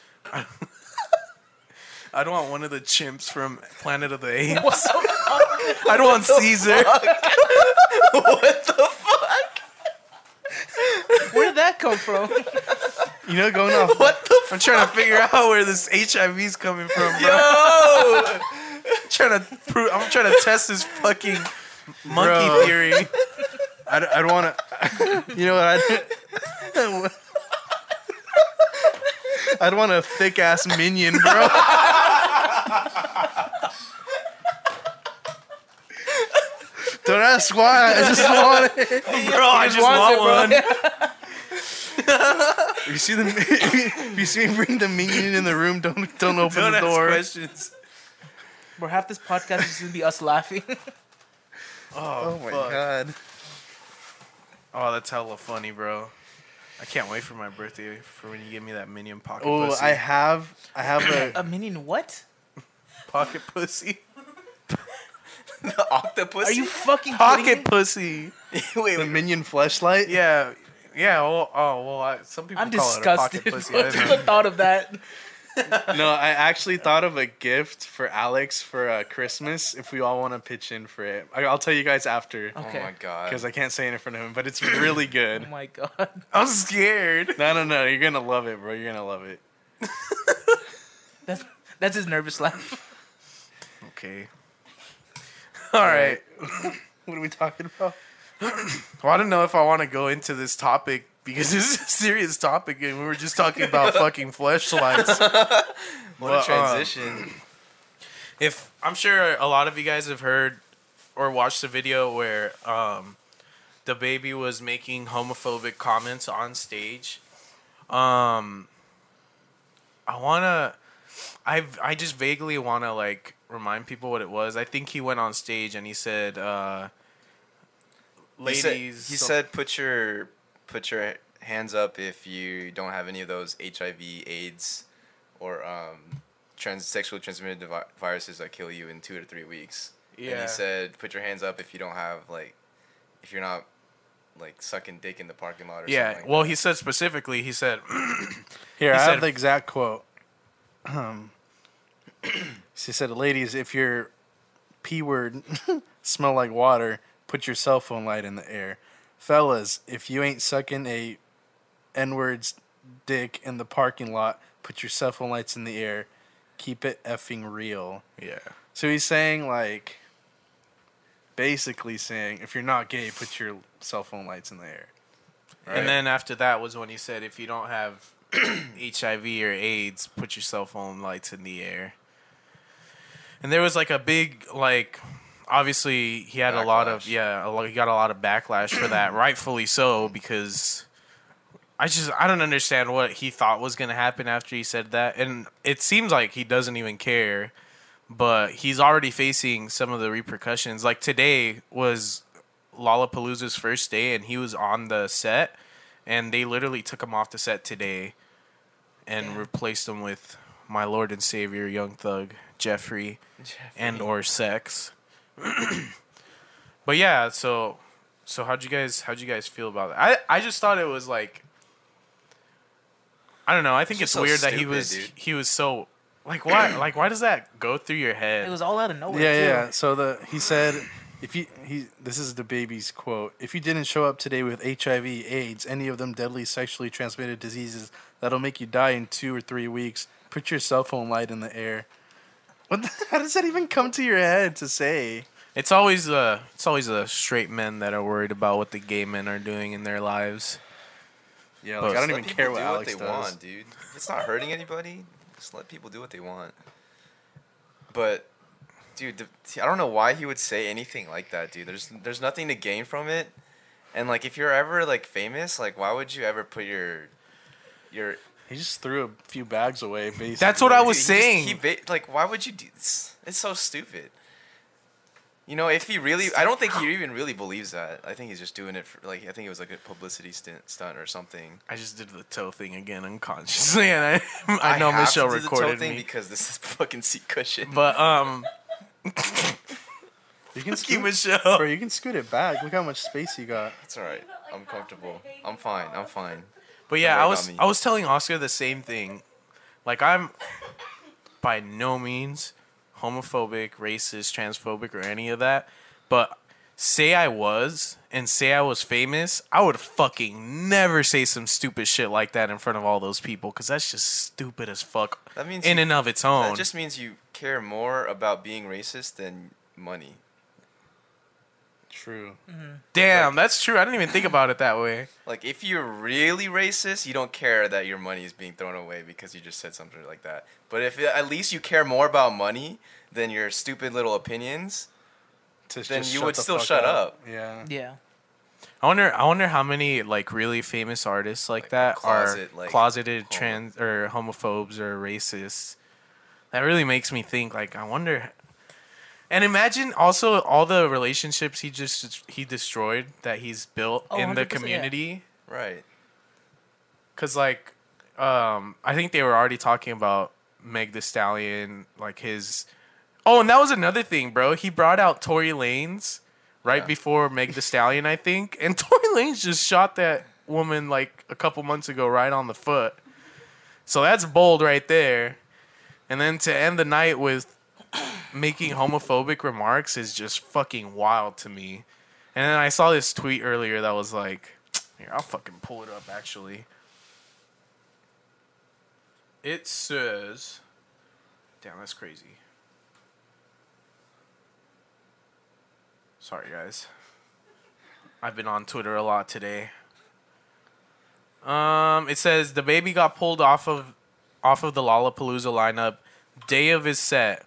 S4: I'd want one of the chimps from Planet of the Apes. I'd want Caesar.
S5: Where did that come from?
S2: You know, going off.
S4: What the? I'm trying to figure out where this HIV's coming from, bro.
S3: Yo.
S4: trying to prove, I'm trying to test this fucking monkey
S2: Bro.
S4: theory.
S2: I don't, want to. You know what? I'd, I'd want a thick ass minion, bro. Don't ask why. I just want it.
S4: Bro, I just want one.
S2: If you see the, if you see me bring the minion in the room, don't don't open
S4: Don't
S2: the
S4: ask
S2: door.
S4: questions.
S5: Bro, half this podcast is gonna be us laughing.
S2: Oh my god.
S4: Oh, that's hella funny, bro. I can't wait for my birthday for when you give me that minion pocket
S2: Oh,
S4: pussy.
S2: I have I have a
S5: a minion what?
S4: pocket pussy.
S3: the octopus.
S5: Are you fucking kidding
S4: Pocket
S5: me?
S4: pussy.
S3: Wait,
S2: the minion fleshlight.
S4: Yeah, yeah. Well, oh well. I, some people
S5: I'm
S4: call
S5: disgusted.
S4: it a pocket pussy.
S5: bro.
S4: I don't
S5: Just
S4: know.
S5: the thought of that.
S2: No, I actually thought of a gift for Alex for uh, Christmas if we all want to pitch in for it. I, I'll tell you guys after
S5: Okay.
S3: Oh my god.
S2: because I can't say it in front of him, but it's really
S5: Oh
S2: good.
S5: my god.
S4: I'm scared.
S2: No, no, no. You're going to love it, bro. You're going to love it.
S5: That's that's his nervous laugh.
S4: Okay. All right.
S2: What are we talking about?
S4: Well, I don't know if I want to go into this topic because this is a serious topic, and we were just talking about fucking fleshlights.
S3: What
S4: Well, um,
S3: a transition.
S4: If I'm sure a lot of you guys have heard or watched the video where um, the baby was making homophobic comments on stage. Um, I wanna, I I just vaguely wanna like remind people what it was. I think he went on stage and he said, uh,
S3: He
S4: "Ladies,"
S3: said- He
S4: some-
S3: said, "Put your put your hands up if you don't have any of those HIV, AIDS, or um, trans sexually transmitted devi- viruses that kill you in two to three weeks." And
S4: Yeah.
S3: he said, "Put your hands up if you don't have like, if you're not like sucking dick in the parking lot or
S4: Yeah.
S3: something." like
S4: Well, he said specifically. He said,
S2: Here,
S4: He
S2: I have
S4: said-
S2: the exact quote. Um, she said, Ladies, if your P word smell like water, put your cell phone light in the air. Fellas, if you ain't sucking a N word's dick in the parking lot, put your cell phone lights in the air. Keep it effing real.
S4: "Yeah,
S2: So he's saying, like, basically saying, if you're not gay, put your cell phone lights in the air.
S4: And then after that was when he said, if you don't have HIV or AIDS, put your cell phone lights in the air. And there was like a big like obviously he had a lot of
S3: Backlash.
S4: yeah, a lot, he got a lot of backlash for that, rightfully so because I just I don't understand what he thought was going to happen after he said that and it seems like he doesn't even care but he's already facing some of the repercussions. Like today was Lollapalooza's first day, and he was on the set, and they literally took him off the set today, and replaced him with my lord and savior, Young Thug Jeffrey, and or Sex. but yeah, so so how'd you guys how'd you guys feel about that? I I just thought it was like. I don't know. I think it's,
S3: It's just so
S4: weird that he
S3: stupid,
S4: was
S3: dude.
S4: he was so like why like why does that go through your head?
S5: It was all out of nowhere.
S2: Yeah,
S5: too.
S2: yeah. So the he said, if you he this is the baby's quote. If you didn't show up today with HIV, AIDS, any of them deadly sexually transmitted diseases that'll make you die in two or three weeks, put your cell phone light in the air. What? The, how does that even come to your head to say?
S4: It's always uh it's always the straight men that are worried about what the gay men are doing in their lives.
S2: Yeah,
S4: like,
S2: like, I
S4: I
S2: don't
S3: Let
S2: even
S3: people
S2: care
S3: do
S2: what Alex
S3: they
S2: does.
S3: want, dude. If It's not hurting anybody. Just let people do what they want. But, dude, the, see, I don't know why he would say anything like that, dude. There's there's nothing to gain from it, and like if you're ever like famous, like why would you ever put your your
S2: He just threw a few bags away. Basically,
S4: That's what I was
S3: Dude,
S4: saying.
S3: He just, he ba- like, why would you do this? It's so stupid. You know, if he really, I don't think he even really believes that. I think he's just doing it for, like, I think it was like a publicity stunt, stunt or something.
S4: I just did the toe thing again unconsciously, and I I know
S3: have
S4: Michelle
S3: to do the toe
S4: recorded
S3: thing
S4: me,
S3: because this is fucking seat cushion.
S4: but um,
S2: You can
S4: keep
S2: scoot, bro,
S4: Michelle.
S2: you can scoot it back. Look how much space you got.
S3: It's all right. I'm comfortable. I'm fine. I'm fine.
S4: But yeah,
S3: worry
S4: I
S3: about
S4: was
S3: me.
S4: I was telling Oscar the same thing. Like I'm by no means homophobic, racist, transphobic, or any of that. But say I was and say I was famous, I would fucking never say some stupid shit like that in front of all those people because that's just stupid as fuck.
S3: That means
S4: in
S3: you-
S4: and of its own.
S3: That just means you care more about being racist than money.
S2: true.
S4: Damn, that's true. I didn't even think about it that way.
S3: Like if you're really racist, you don't care that your money is being thrown away because you just said something like that. But if at least you care more about money than your stupid little opinions,
S2: To
S3: Then
S2: just
S3: you
S2: shut
S3: would
S2: the
S3: still
S2: fuck
S3: shut up.
S2: Yeah.
S5: Yeah.
S4: I wonder. I wonder how many like really famous artists like,
S3: Like,
S4: that
S3: closet,
S4: are
S3: like,
S4: closeted
S3: homo-
S4: trans or homophobes or racists. That really makes me think. Like, I wonder. And imagine also all the relationships he just he destroyed that he's built
S5: Oh,
S4: in the
S5: 100%, yeah.
S4: community.
S3: right?
S4: Cause like, um, I think they were already talking about Meg The Stallion, like his. Oh, and that was another thing, bro. He brought out Tory Lanez right
S3: Yeah.
S4: before Meg The Stallion, I think, and Tory Lanez just shot that woman like a couple months ago, right on the foot. So that's bold right there. And then to end the night with making homophobic remarks is just fucking wild to me. And then I saw this tweet earlier that was like, here, I'll fucking pull it up actually. It says, damn, that's crazy. Sorry, guys. I've been on Twitter a lot today. Um, it says the baby got pulled off of off of the Lollapalooza lineup. Day of his set.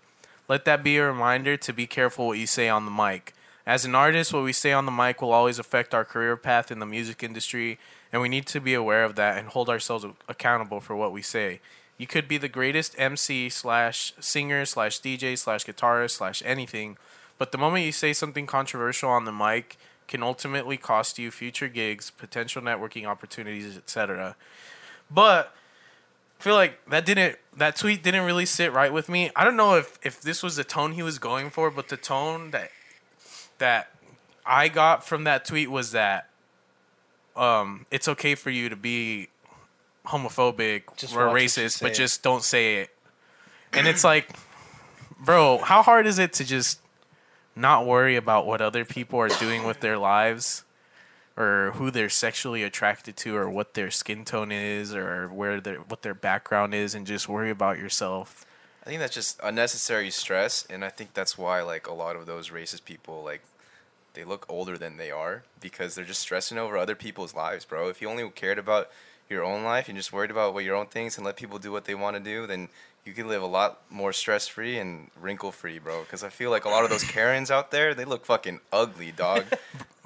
S4: Let that be a reminder to be careful what you say on the mic. As an artist, what we say on the mic will always affect our career path in the music industry, and we need to be aware of that and hold ourselves accountable for what we say. You could be the greatest MC slash singer slash DJ slash guitarist slash anything, but the moment you say something controversial on the mic can ultimately cost you future gigs, potential networking opportunities, etc. But I feel like that didn't that tweet didn't really sit right with me. I don't know if if this was the tone he was going for, but the tone that that I got from that tweet was that um it's okay for you to be homophobic
S2: Just
S4: or
S2: watch what you
S4: racist, but
S2: say.
S4: just don't say it. And it's like bro, how hard is it to just not worry about what other people are doing with their lives? or who they're sexually attracted to or what their skin tone is or where their what their background is and just worry about yourself.
S3: I think that's just unnecessary stress, and I think that's why like a lot of those racist people like they look older than they are because they're just stressing over other people's lives, bro. If you only cared about your own life and just worried about what your own things and let people do what they want to do, then you could live a lot more stress free and wrinkle free, bro. Because I feel like a lot of those Karens out there, they look fucking ugly, dog.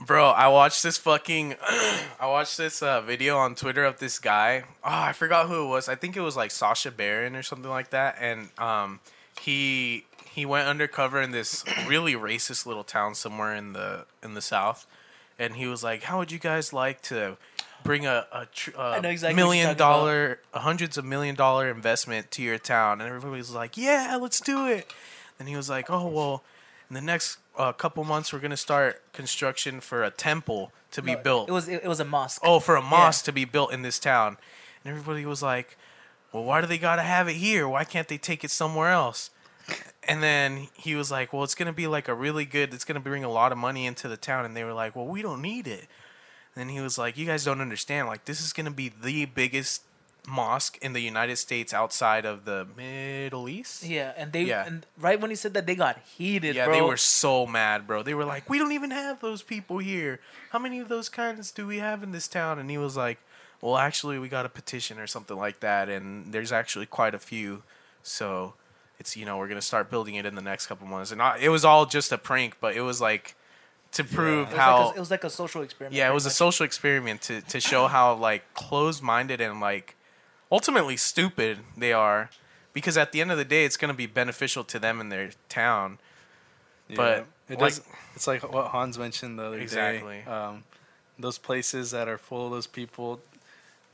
S4: Bro, I watched this fucking I watched this uh, video on Twitter of this guy. Oh, I forgot who it was. I think it was like Sasha Baron or something like that and um he he went undercover in this really racist little town somewhere in the in the south and he was like, "How would you guys like to bring a a, tr- a
S5: know exactly what you're
S4: million
S5: talking
S4: dollar, hundreds of million dollar investment to your town?" And everybody was like, "Yeah, let's do it." And he was like, "Oh well, in the next uh, couple months, we're gonna start construction for a temple to be built."
S5: It was it, it was a mosque.
S4: oh, for a mosque to be built in this town. And everybody was like, well, why do they got to have it here? Why can't they take it somewhere else? And then he was like, well, it's going to be like a really good, it's going to bring a lot of money into the town. And they were like, well, we don't need it. And then he was like, you guys don't understand. Like, this is going to be the biggest mosque in the United States outside of the Middle East.
S5: Yeah, and they
S4: Yeah.
S5: and right when he said that they got heated,
S4: Yeah,
S5: bro.
S4: they were so mad, bro. They were like, "We don't even have those people here. How many of those kinds do we have in this town?" And he was like, "Well, actually, we got a petition or something like that, and there's actually quite a few. So, it's you know, we're gonna start building it in the next couple months." And I, it was all just a prank, but it was like to prove
S5: it was,
S4: how
S5: like a, it was like a social experiment.
S4: yeah, it
S5: pretty
S4: was a
S5: much.
S4: social experiment to, to show how like closed-minded and like ultimately stupid they are, because at the end of the day, it's going to be beneficial to them in their town.
S2: Yeah.
S4: But,
S2: it
S4: like-
S2: does. It's like what Hans mentioned the other
S4: Exactly.
S2: day. Um, those places that are full of those people,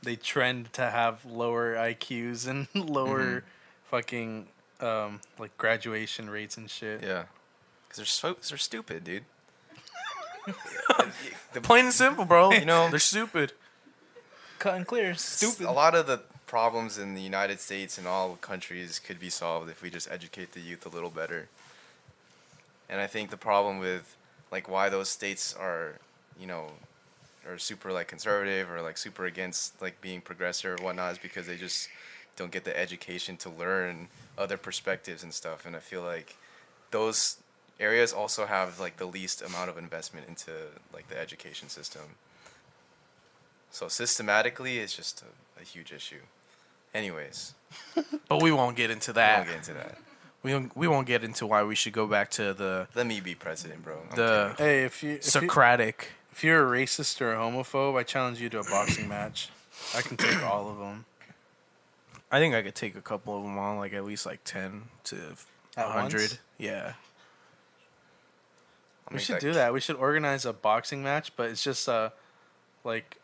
S2: they trend to have lower IQs and lower fucking um, like graduation rates and shit.
S3: yeah, because they're so they're stupid, dude. The-
S4: Plain and simple, bro.
S3: You know-
S4: they're stupid.
S5: cut and clear. Stupid.
S3: A lot of the problems in the United States and all countries could be solved if we just educate the youth a little better. And I think the problem with like why those states are, you know, are super like conservative or like super against like being progressive or whatnot is because they just don't get the education to learn other perspectives and stuff. And I feel like those areas also have like the least amount of investment into like the education system. So systematically, it's just a, a huge issue. Anyways,
S4: But we won't get into
S3: I
S4: that.
S3: won't get into that.
S4: We won't, we won't get into why we should go back to the
S3: Let me be president, bro. I'm
S4: the
S2: Hey, if you if, you
S4: Socratic.
S2: if you're a racist or a homophobe, I challenge you to a boxing match. I can take all of them.
S4: I think I could take a couple of them on, like at least like ten to
S2: At
S4: hundred.
S2: once?
S4: Yeah,
S3: I'll
S2: We
S3: make
S2: should do that. We should organize a boxing match, but it's just uh, like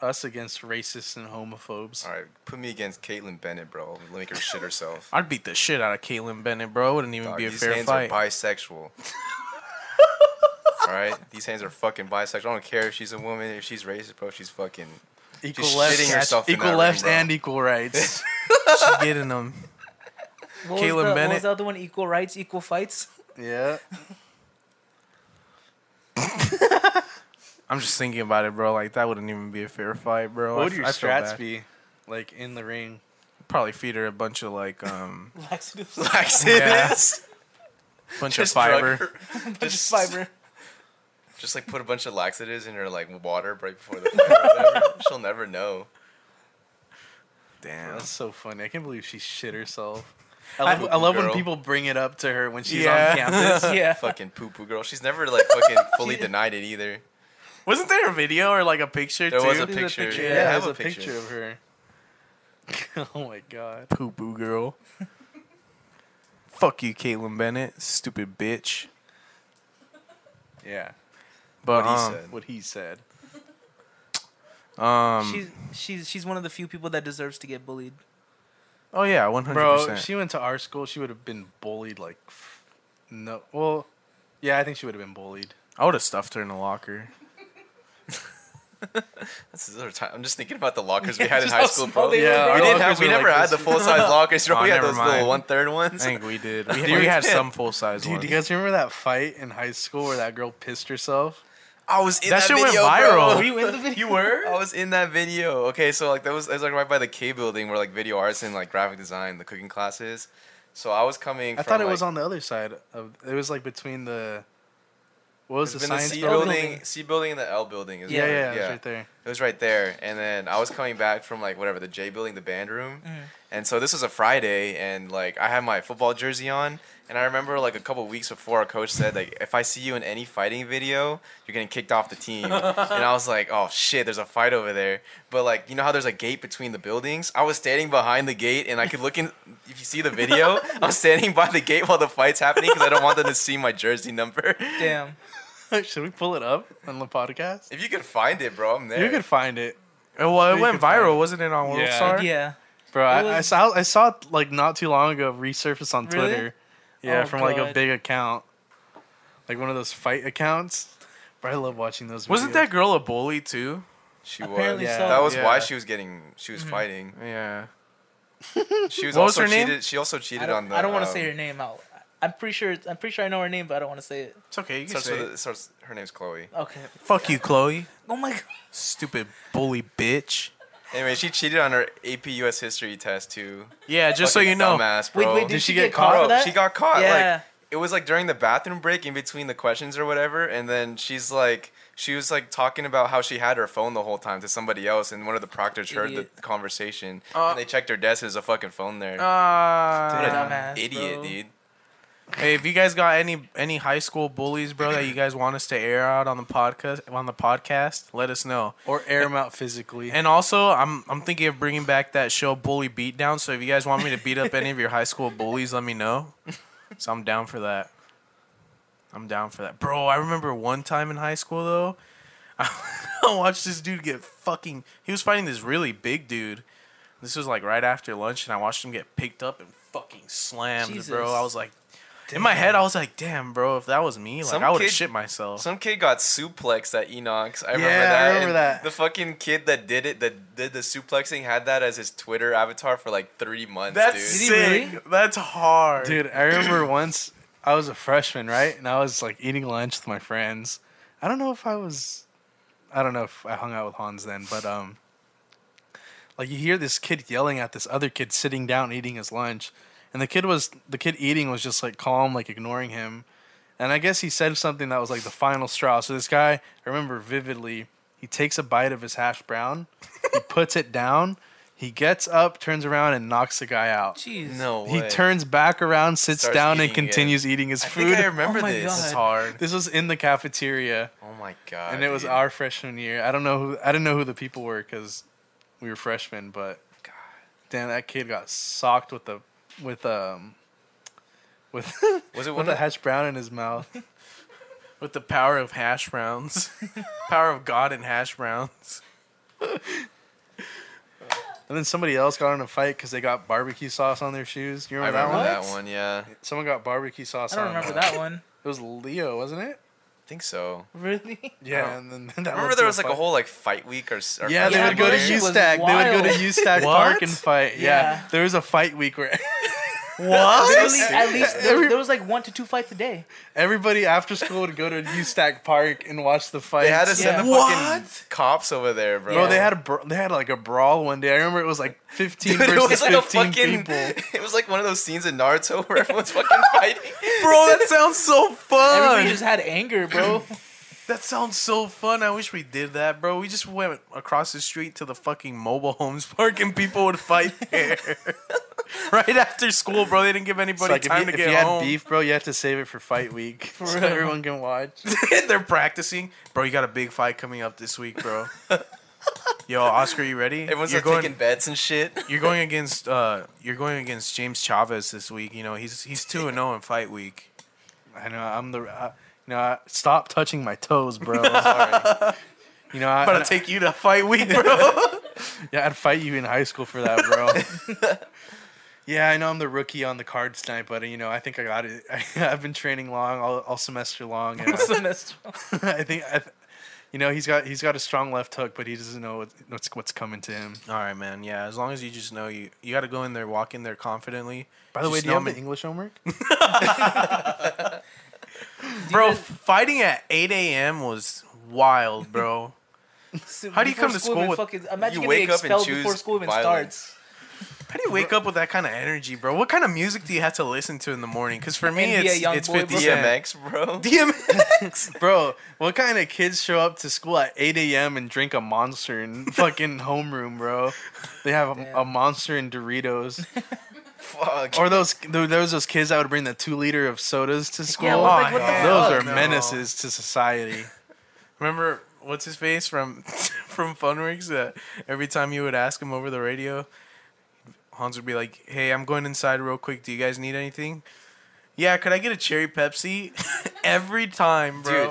S2: us against racists and homophobes.
S3: All right, put me against Caitlyn Bennett, bro. Let me make her shit herself.
S4: I'd beat the shit out of Caitlyn Bennett, bro. It wouldn't even
S3: Dog,
S4: be a
S3: these
S4: fair
S3: hands
S4: fight.
S3: are bisexual. All right, these hands are fucking bisexual. I don't care if she's a woman, if she's racist, bro. She's fucking.
S2: Equal
S3: shitting
S2: lefts,
S3: yourself in
S2: equal
S3: that
S2: lefts,
S3: room, bro.
S2: and equal rights.
S4: She's getting them.
S5: What was
S4: Caitlyn
S5: the, What
S4: Bennett.
S5: was the other one? Equal rights, equal fights.
S2: yeah.
S4: I'm just thinking about it, bro. Like that wouldn't even be a fair fight, bro.
S2: What
S4: I
S2: would
S4: f-
S2: your
S4: I feel
S2: strats
S4: bad.
S2: be like in the ring?
S4: Probably feed her a bunch of like um
S5: Laxatives.
S4: yeah, bunch
S3: Just
S4: of
S3: drug
S4: fiber.
S3: her.
S5: Just fiber.
S3: Just like put a bunch of laxatives in her like water right before the fight. or whatever. She'll never know.
S4: Damn.
S2: That's so funny. I can't believe she shit herself. I
S4: I-
S2: love, I love when
S3: Girl.
S2: people bring it up to her when she's
S4: Yeah.
S2: on campus.
S5: yeah.
S3: Fucking poo poo girl. She's never like fucking fully denied it either.
S4: Wasn't there a video or like a picture
S3: There
S4: too?
S3: was a
S2: There's
S3: picture.
S2: Yeah,
S3: Yeah, I have
S2: there's
S3: a
S2: a picture.
S3: picture.
S2: of her. oh my god.
S4: poo poo girl. Fuck you, Caitlyn Bennett, stupid bitch.
S2: Yeah.
S4: But
S3: What he
S4: um,
S3: said.
S2: What he said.
S4: um,
S5: she's she's she's one of the few people that deserves to get bullied.
S4: oh yeah, one hundred
S2: Bro, if
S4: percent.
S2: she went to our school, she would have been bullied like f- no. Well, yeah, I think she would have been bullied.
S4: I would have stuffed her in the locker.
S3: This is our time. I'm just thinking about the lockers we
S5: Yeah,
S3: had in
S5: just
S3: high
S5: how
S3: school,
S5: small
S3: bro.
S5: they
S3: We
S5: were.
S2: Yeah, our
S3: didn't have.
S2: lockers
S3: We
S2: were
S3: never
S2: like
S3: had the
S2: this.
S3: full size lockers, bro.
S4: Oh,
S3: we had
S4: never
S3: those
S4: mind.
S3: little one third
S4: I
S3: ones.
S4: think we did. We,
S3: Dude.
S4: we had some full size
S2: Dude,
S4: ones.
S2: do you guys remember that fight in high school where that girl pissed herself?
S3: I was in
S4: That
S3: that,
S4: shit went
S3: video,
S4: viral.
S3: Bro.
S4: Were you
S5: in the video? Oh, You were?
S3: I was in that video. Okay, so like that was, it was like right by the K building where like video arts and like graphic design, the cooking classes. So I was coming.
S2: I
S3: from,
S2: thought it
S3: like,
S2: was on the other side of. It was like between the. What was
S3: It's
S2: the
S3: been the
S2: science
S3: C
S2: building?
S3: building, C building, and the L building. Is
S2: Yeah,
S3: where-
S2: yeah, it's right there.
S3: It was right there, and then I was coming back from like whatever the J building, the band room,
S2: Mm-hmm.
S3: and so this was a Friday, and like I had my football jersey on, and I remember like a couple weeks before our coach said like if I see you in any fighting video, you're getting kicked off the team, and I was like oh shit, there's a fight over there, but like you know how there's a gate between the buildings, I was standing behind the gate, and I could look in if you see the video, I'm standing by the gate while the fight's happening because I don't want them to see my jersey number.
S5: Damn.
S2: Should we pull it up on the podcast?
S3: If you could find it, bro, I'm there.
S2: You could find it,
S4: Uh, well, it
S2: You
S4: went
S2: could find
S4: viral,
S2: it.
S4: wasn't it? On World
S2: Yeah.
S4: Star.
S5: Yeah.
S2: bro.
S5: It
S2: I, I
S5: was-
S2: saw I saw it like not too long ago resurface on
S5: Really?
S2: Twitter. Yeah,
S5: Oh,
S2: from like a
S5: God.
S2: big account, like one of those fight accounts. Bro, I love watching those.
S4: Wasn't
S2: videos.
S4: that girl a bully too?
S3: She
S5: Apparently Mm-hmm.
S3: was.
S2: so.
S3: That was why
S4: Yeah.
S3: she was getting. She was fighting.
S4: Yeah.
S3: She was
S4: What was
S3: also
S4: her name?
S3: cheated. She also
S5: I
S3: cheated on
S5: don't,
S3: the.
S5: I don't want to
S3: um,
S5: say her name out. I'm pretty sure I'm pretty sure I know her name, but I don't want to say it.
S4: It's okay. You can
S3: Starts
S4: say
S3: with
S4: it.
S3: a, starts. Her name's Chloe.
S5: Okay.
S4: Fuck you, Chloe.
S5: Oh my god.
S4: Stupid bully bitch.
S3: Anyway, she cheated on her AP US history test too.
S4: Yeah, just so
S3: Fucking
S4: you know.
S3: dumbass,
S5: Wait,
S3: bro.
S5: wait, did,
S2: Did
S5: she,
S2: she
S5: get,
S2: get
S5: caught
S3: Bro,
S5: for that?
S3: She got caught.
S5: Yeah.
S3: Like it was like during the bathroom break in between the questions or whatever, and then she's like, she was like talking about how she had her phone the whole time to somebody else, and one of the proctors heard
S5: Idiot.
S3: the conversation,
S4: Uh.
S3: and they checked her desk. There's a fucking phone there. what a
S4: Ah.
S5: Dumbass,
S3: idiot,
S5: bro.
S3: dude.
S4: Hey, if you guys got any any high school bullies, bro, that you guys want us to air out on the podcast on the podcast, let us know.
S2: Or air them out physically.
S4: And also, I'm I'm thinking of bringing back that show Bully Beatdown. So if you guys want me to beat up any of your high school bullies, let me know. So I'm down for that. I'm down for that, bro. I remember one time in high school though, I watched this dude get fucking. He was fighting this really big dude. This was like right after lunch, and I watched him get picked up and fucking slammed,
S5: Jesus.
S4: bro. I was like, in my head, I was like, damn, bro, if that was me, like
S3: Some
S4: I would have
S3: kid-
S4: shit myself.
S3: Some kid got suplexed at Enox. I remember
S2: Yeah, I
S3: that.
S2: remember
S3: and
S2: that.
S3: The fucking kid that did it, that did the suplexing, had that as his Twitter avatar for like three months,
S4: That's
S3: dude.
S5: Did he
S4: sick.
S5: really?
S4: That's hard,
S2: Dude, I remember once I was a freshman, right? And I was like eating lunch with my friends. I don't know if I was I don't know if I hung out with Hans then, but um like you hear this kid yelling at this other kid sitting down eating his lunch and the kid was the kid eating was just like calm, like ignoring him, and I guess he said something that was like the final straw. So this guy, I remember vividly, he takes a bite of his hash brown, he puts it down, he gets up, turns around, and knocks the guy out.
S5: Jeez.
S3: No
S2: He
S3: way.
S2: turns back around, sits
S3: Starts
S2: down,
S3: eating
S2: and
S3: again.
S2: continues eating his
S3: I
S2: food. Oh
S3: think I remember
S5: my
S3: this.
S5: God.
S4: It's hard.
S2: this was in the cafeteria,
S3: Oh my god.
S2: and it was
S3: dude.
S2: our freshman year. I don't know who I didn't know who the people were because we were freshmen, but
S3: God.
S2: damn, that kid got socked with the with um with
S3: Was it
S2: with
S3: one
S2: the
S3: of
S2: hash brown in his mouth.
S4: With the power of hash browns, power of God and hash browns.
S2: And then somebody else got in a fight because they got barbecue sauce on their shoes. You
S3: I
S2: remember,
S3: remember
S2: that one?
S3: that
S5: What?
S3: one. Yeah, I
S2: Someone got barbecue sauce.
S5: I don't
S2: on
S5: remember
S2: them.
S5: that one.
S2: It was Leo, wasn't it?
S3: think so.
S5: Really?
S2: Yeah, and then that
S3: I
S2: led
S3: remember
S2: to
S3: there was like
S2: fight.
S3: a whole like fight week or. s- or
S2: Yeah, they
S5: Yeah,
S2: would go to
S5: but it was
S2: UStack. They would go to
S5: wild.
S2: UStack
S4: What?
S2: Park and fight. Yeah.
S5: Yeah.
S2: there was a fight week where
S5: At
S4: What?
S5: least, at least there,
S2: Every-
S5: there was like one to two fights a day.
S2: everybody after school would go to UStack Park and watch the fight.
S3: They had to send
S5: Yeah.
S3: the fucking cops over there, bro.
S2: Bro, they had a br- they had like a brawl one day. I remember it was like fifteen
S3: Dude,
S2: versus
S3: it was like a
S2: fifteen
S3: fucking.
S2: people.
S3: It was like one of those scenes in Naruto where everyone's fucking fighting.
S4: Bro, that sounds so
S5: Everybody
S4: fun.
S5: just had anger, bro.
S4: That sounds so fun. I wish we did that, bro. We just went across the street to the fucking mobile homes park and people would fight there. right after school, bro. They didn't give
S2: It's
S4: anybody
S2: like if
S4: time
S2: you,
S4: to
S2: if
S4: get
S2: you had
S4: home.
S2: beef, bro, you have to save it for fight week so
S5: real.
S2: everyone can watch.
S4: They're practicing. Bro, you got a big fight coming up this week, bro. Yo, Oscar, you ready?
S3: Everyone's
S4: You're
S3: like
S4: going-
S3: taking bets and shit.
S4: You're going against uh, you're going against James Chavez this week. You know he's he's two and zero in fight week.
S2: I know I'm the I, you know I, stop touching my toes, bro. You know I,
S4: I'm about to take you to fight week, bro.
S2: yeah, I'd fight you in high school for that, bro. yeah, I know I'm the rookie on the card tonight, but you know I think I got it. I, have been training long all, all semester long, and I,
S5: Semester.
S2: I think I, you know he's got he's got a strong left hook, but he doesn't know what, what's what's coming to him.
S4: All right, man. Yeah, as long as you just know you you got to go in there, walk in there confidently.
S2: By the way,
S4: Just
S2: do you
S4: know
S2: have
S4: I'm
S2: the English homework?
S4: in- bro, fighting at eight a.m. was wild, bro. How do
S5: Before
S4: you come to
S5: even
S4: school with-
S5: fucking, imagine
S3: you
S5: getting
S3: wake up and
S5: expelled
S3: choose
S5: before school even
S3: violence.
S4: How do you wake up with that kind of energy, bro? What kind of music do you have to listen to in the morning? Because for me,
S5: NBA
S4: it's
S5: Young
S4: it's
S5: Boy,
S4: fifty
S5: bro.
S4: cent.
S3: DMX, bro.
S4: DMX.
S2: Bro, what kind of kids show up to school at 8 a.m. and drink a monster in fucking homeroom, bro? They have a, a
S5: Damn.
S2: monster and Doritos.
S3: Fuck.
S2: Or those there there was those kids that would bring the two liter of sodas to school.
S5: Yeah,
S4: like,
S2: Oh,
S4: what the
S2: yeah.
S4: fuck?
S2: Those are
S4: No.
S2: menaces to society.
S4: Remember what's his face from from Funworks? That every time you would ask him over the radio, Hans would be like, "Hey, I'm going inside real quick. Do you guys need anything?" Yeah, could I get a cherry Pepsi? every time, bro.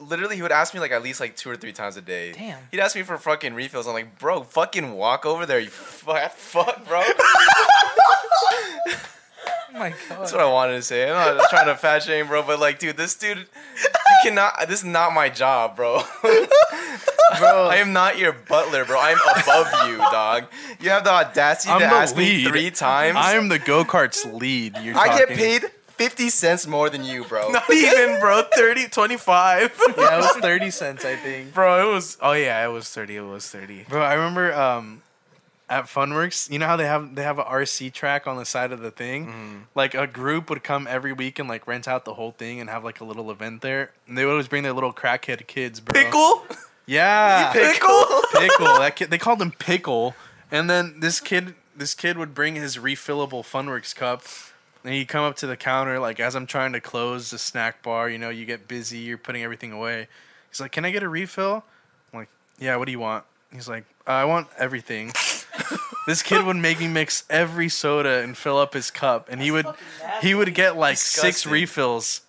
S3: Dude, literally, he would ask me like at least like two or three times a day.
S5: Damn.
S3: He'd ask me for fucking refills. I'm like, bro, fucking walk over there, you fat fuck, bro.
S5: starts. Oh my god.
S3: That's what I wanted to say. I'm not trying to fat shame, bro, but like, dude, this dude, you cannot. This is not my job, bro.
S2: Bro,
S3: I am not your butler, bro. I'm above you, dog. You have the audacity
S2: I'm
S3: to
S2: the
S3: ask me
S2: lead.
S3: three times.
S2: I'm the go kart's lead. You're
S3: I get
S2: talking.
S3: paid fifty cents more than you, bro.
S4: Not even, bro. 30, 25.
S2: Yeah, it was 30 cents, I think.
S4: bro, it was. Oh yeah, it was thirty. It was thirty.
S2: Bro, I remember um, at Funworks, you know how they have they have a RC track on the side of the thing. Like a group would come every week and like rent out the whole thing and have like a little event there. And they would always bring their little crackhead kids, bro.
S4: Pickle,
S2: yeah,
S4: pickle.
S2: pickle. That kid, they called him pickle. And then this kid, this kid would bring his refillable Funworks cup. And he'd come up to the counter, like as I'm trying to close the snack bar, you know, you get busy, you're putting everything away. He's like, "Can I get a refill?" I'm like, "Yeah, what do you want?" He's like, "I want everything." this kid would make me mix every soda and fill up his cup, and he would he would get like six
S3: Disgusting.
S2: refills,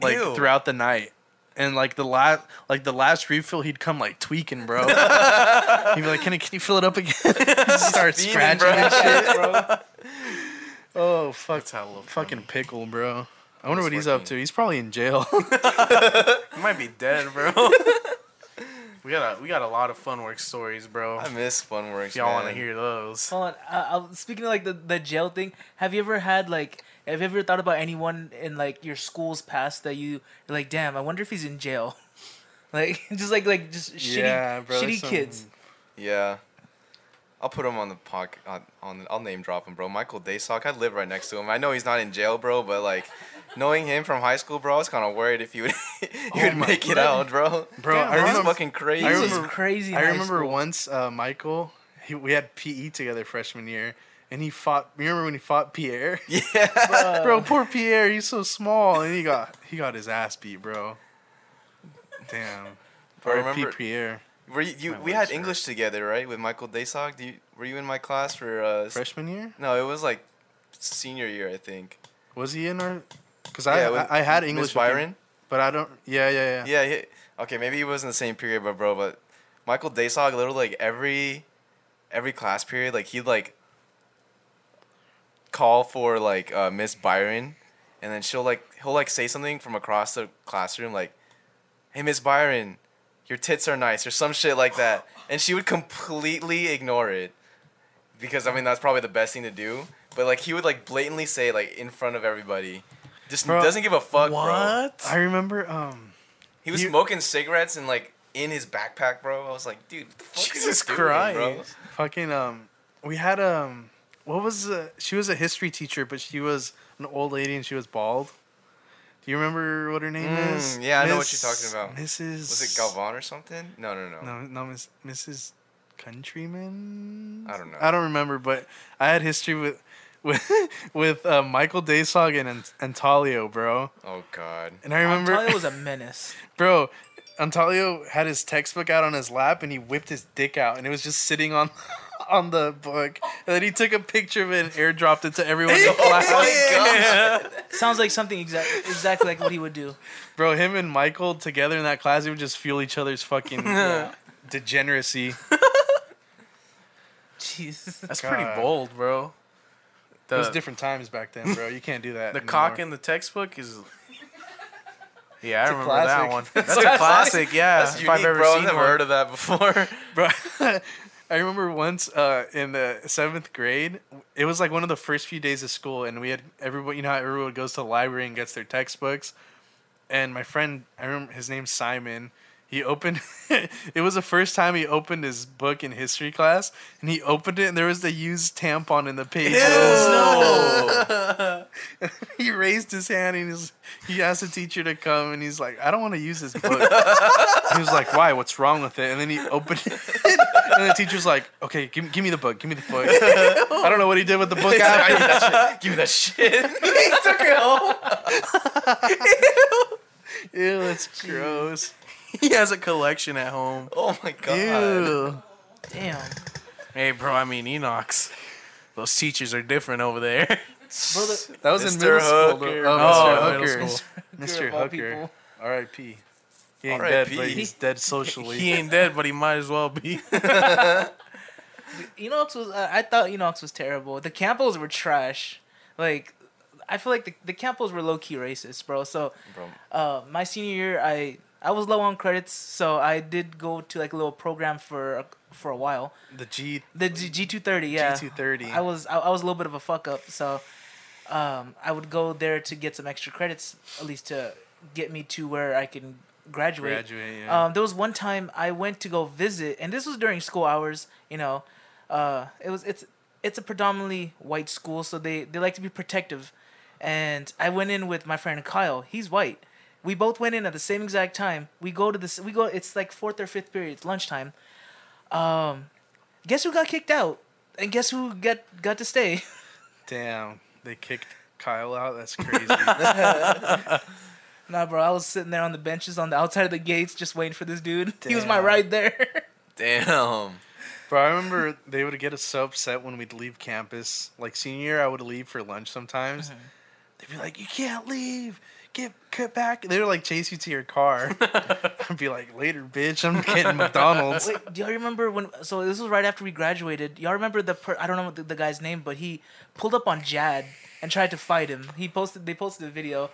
S2: like
S4: Ew.
S2: throughout the night. And like the last, like the last refill, he'd come like tweaking, bro. he'd be like, "Can, I, can you fill it up again?" Start
S3: Feeding,
S2: scratching
S3: bro.
S2: and shit, bro. Oh fuck!
S4: That's how I love
S2: Fucking pickle, bro. I wonder
S3: He's
S2: what he's up
S3: working.
S2: to. He's probably in jail.
S4: You might be dead, bro. we got a we got a lot of fun work stories, bro.
S3: I miss Funworks.
S4: If y'all want to
S3: man. Oh
S4: hear those.
S5: Hold on. Uh, uh, speaking of like the, the jail thing, have you ever had like, have you ever thought about anyone in like your school's past that you you're like, damn, I wonder if he's in jail, like just like like just shitty
S2: Yeah, bro,
S5: shitty
S2: there's some-
S5: kids.
S3: Yeah. I I'll put him on the pocket. On, on I'll name drop him, bro. Michael Daysock. I live right next to him. I know he's not in jail, bro. But like, knowing him from high school, bro, I was kind of worried if he would he would
S2: Oh my
S3: make it out, bro.
S2: Bro, I
S3: he's
S2: remember-
S3: fucking crazy.
S2: I
S5: He's
S2: remember-
S5: just crazy. in
S2: I
S5: high
S2: remember
S5: school.
S2: once uh, Michael, he, we had PE together freshman year, and he fought. You remember when he fought Pierre?
S3: yeah,
S5: Bruh.
S2: bro, poor Pierre. He's so small, and he got he got his ass beat, bro. Damn.
S3: Bro,
S2: R.I.P.
S3: remember-
S2: Pierre,
S3: were you, you
S2: My
S3: we
S2: wife's
S3: had English together, right, with Michael Daysock? Do you, were you in my class for uh? s-
S2: freshman year?
S3: No, it was like senior year, I think.
S2: Was he in our? Because
S3: Yeah,
S2: I,
S3: with
S2: I I had
S3: Miss
S2: English with him,
S3: Byron.
S2: but I don't. Yeah, yeah, yeah.
S3: Yeah. He, okay, maybe he was in the same period, but bro, but Michael Daysog, literally, like every every class period, like he'd like call for like uh, Miss Byron, and then she'll like he'll like say something from across the classroom, like, "Hey, Miss Byron, your tits are nice," or some shit like that, and she would completely ignore it because I mean that's probably the best thing to do. But like he would like blatantly say like in front of everybody, just
S2: Bro,
S3: doesn't give a fuck, bro.
S4: What?
S2: I remember. Um.
S3: He was
S2: You-
S3: smoking cigarettes and like in his backpack, bro. I was like, dude, what the fuck
S4: Jesus
S3: is this
S4: Christ.
S3: Doing, bro?
S2: fucking um we had um what was uh, she was a history teacher but she was an old lady and she was bald do you remember what her name
S3: Mm,
S2: is
S3: yeah, I know what you're talking about.
S2: mrs
S3: Was it Galvan or something? No, no, no.
S2: no no miss mrs countryman
S3: I don't know.
S2: i don't remember but i had history with with with uh, michael daysog and Ant- antalio bro
S3: Oh God.
S2: and i remember
S5: Antalya was a menace.
S2: Bro, Antalio had his textbook out on his lap and he whipped his dick out and it was just sitting on on the book. And then he took a picture of it and airdropped it to everyone in class.
S5: Sounds like something exact, exactly like what he would do.
S2: Bro, him and Michael together in that class, they would just fuel each other's fucking uh, degeneracy.
S5: Jeez.
S4: That's
S2: God.
S4: pretty bold, bro.
S2: it was
S4: The,
S2: different times back then, bro. You can't do that.
S4: Uh. the
S2: anymore.
S4: cock in the textbook is. Yeah, I
S2: a
S4: remember
S2: classic.
S4: that one. That's a classic. Yeah,
S3: That's unique, bro. I've never heard of that before.
S2: Bro, I remember once uh, in the seventh grade, it was like one of the first few days of school, and we had everyone. You know how everyone goes to the library and gets their textbooks, and my friend, I remember his name's Simon. He opened. it was the first time he opened his book in history class, and he opened it, and there was the used tampon in the page. He raised his hand and he's, he asked the teacher to come, and he's like, "I don't want to use this book." he was like, "Why? What's wrong with it?" And then he opened it, and the teacher's like, "Okay, give, give me the book. Give me the book." I don't know what he did with the book
S3: I need
S2: after.
S3: that shit. Give me that shit.
S2: Ew, that's gross.
S4: He has a collection at home.
S3: Oh my God.
S2: Ew.
S5: Damn.
S4: Hey, bro. I mean, Enoch's. Those teachers are different over there.
S5: Brother,
S2: That was in
S3: Mr.
S2: middle school.
S3: Hooker.
S2: though.
S4: Oh,
S2: Oh, Mr.
S4: middle
S2: Hooker.
S4: school.
S2: Mr.
S5: of all
S2: Hooker.
S5: people.
S2: R.I.P. He ain't dead,
S3: R.I.P..
S2: but he's dead socially.
S4: he ain't dead, but he might as well be.
S5: Enox was. Uh, I thought Enox was terrible. The Campos were trash. Like, I feel like the the Campos were low key racist, bro. So,
S3: Bro,
S5: uh, my senior year, I I was low on credits, so I did go to like a little program for a- for a while.
S2: the G
S5: The G two thirty, yeah.
S2: G230.
S5: I was I, I was a little bit of a fuck up, so um, I would go there to get some extra credits, at least to get me to where I can graduate.
S2: graduate. Yeah.
S5: Um, there was one time I went to go visit, and this was during school hours. You know, uh, it was it's it's a predominantly white school, so they they like to be protective. And I went in with my friend Kyle. He's white. We both went in at the same exact time. We go to this. We go. It's like fourth or fifth period. It's lunchtime. Um, guess who got kicked out? And guess who got got to stay?
S2: Damn, they kicked Kyle out. That's crazy.
S5: nah, bro. I was sitting there on the benches on the outside of the gates, just waiting for this dude. He was my
S2: Damn.
S5: ride there.
S3: damn.
S2: Bro, I remember they would get us so upset when we'd leave campus. Like senior year, I would leave for lunch sometimes.
S5: Mm-hmm.
S2: They'd be like, "You can't leave. Get get back." They would like chase you to your car. I'd be like, "Later, bitch. I'm getting McDonald's."
S5: Wait, do y'all remember when? So this was right after we graduated. Y'all remember the? Per, I don't know the, the guy's name, but he pulled up on Jad and tried to fight him. He posted. They posted a video.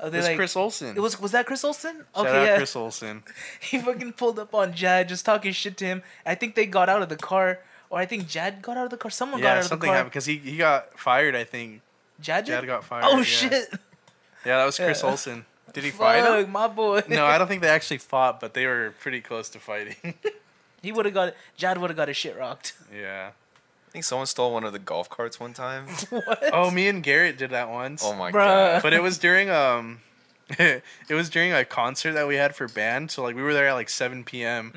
S5: Uh,
S2: It
S5: they
S2: was
S5: like.
S2: Chris Olsen.
S5: It was was that Chris Olsen?
S2: Shout
S5: okay,
S2: out
S5: yeah.
S2: Chris Olsen.
S5: He fucking pulled up on Jad, just talking shit to him. I think they got out of the car, or I think Jad got out of the car. Someone got
S2: Yeah,
S5: out of the
S2: something
S5: car.
S2: happened because he, he got fired. I think
S5: Jad, did?
S2: Jad got fired.
S5: Oh
S2: yeah.
S5: shit!
S2: Yeah, that was Chris
S5: Yeah.
S2: Olsen.
S4: Did he fight him?
S5: Fuck, my boy.
S2: No, I don't think they actually fought, but they were pretty close to fighting.
S5: he would have got. Jad would have got his shit rocked.
S2: yeah.
S3: think someone stole one of the golf carts one time.
S2: Oh, me and Garrett did that once.
S3: Oh my
S5: Bruh.
S3: god.
S2: but it was during um it was during a concert that we had for band so like we were there at like 7 p.m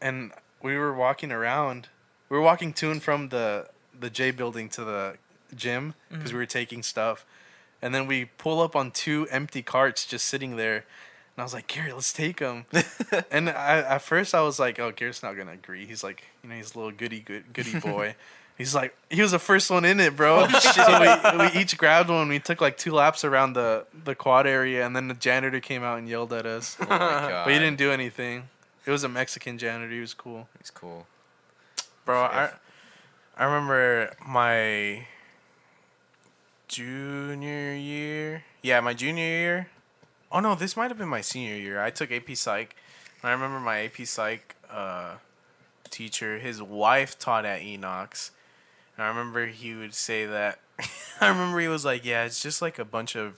S2: and we were walking around we were walking to and from the the j building to the gym because we were taking stuff and then we pull up on two empty carts just sitting there and i was like gary let's take them and I, at first i was like oh gary's not gonna agree he's like you know he's a little goody good, goody boy He's like, he was the first one in it, bro. so we, we each grabbed one. We took like two laps around the, the quad area, and then the janitor came out and yelled at us.
S3: Oh my god.
S2: But he didn't do anything. It was a Mexican janitor. He was cool.
S3: He's cool.
S4: bro.
S3: If-
S4: I I remember my junior year. Yeah, my junior year. Oh no, this might have been my senior year. I took AP Psych. And I remember my AP Psych uh, teacher. His wife taught at Enox. And I remember he would say that. I remember he was like, "Yeah, it's just like a bunch of,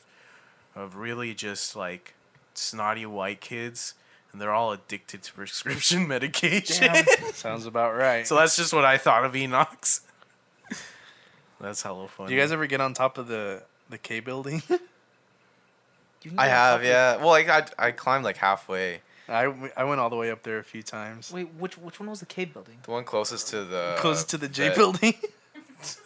S4: of really just like snotty white kids." And they're all addicted to prescription medication.
S5: Damn.
S2: Sounds about right.
S4: So that's just what I thought of Enox. that's hella funny.
S2: do you guys ever get on top of the, the K building?
S5: You can
S3: I
S5: get a
S3: have,
S5: copy-
S3: yeah. Well, I got, I climbed like halfway.
S2: I, I went all the way up there a few times.
S5: Wait, which which one was the cave building?
S3: The one closest to the
S2: Close to the J
S3: vet.
S2: building.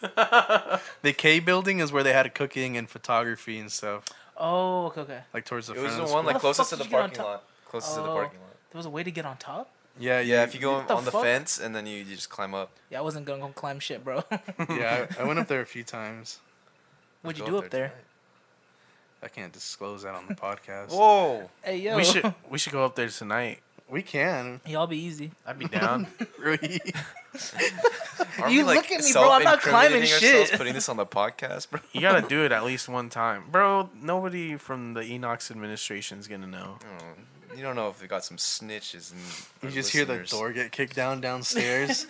S2: the K building is where they had cooking and photography and stuff,
S5: Oh, okay, okay.
S2: like towards the
S3: It
S2: front.
S3: was
S2: of
S3: the
S2: the
S3: one
S2: school.
S3: like
S5: What the
S3: closest
S5: fuck
S3: to the
S5: did you get on
S3: parking
S5: top?
S3: lot. Closest to the
S5: Oh.
S3: parking lot.
S5: There was a way to get on top.
S2: yeah,
S3: Yeah, if you go
S5: the
S3: on the
S5: fuck?
S3: fence and then you, you just climb up.
S5: Yeah, I wasn't gonna go climb shit, bro.
S2: yeah, I, I went up there a few times.
S5: What'd you
S3: Go
S5: do up there?
S3: tonight.
S2: I can't disclose that on the podcast.
S3: Whoa!
S5: Hey yo,
S4: We should we should go up there tonight.
S2: we can.
S5: y'all be easy.
S4: I'd be down.
S2: Really.
S3: Aren't
S5: You
S3: we, like,
S5: look at me, bro, I'm not climbing
S3: self-incriminating
S5: shit.
S3: ourselves Putting this on the podcast, bro.
S4: you gotta do it at least one time, bro. Nobody from the Enox administration's gonna know.
S3: You don't know if we got some snitches and
S2: You
S3: or
S2: just hear the
S3: listeners.
S2: door get kicked down downstairs.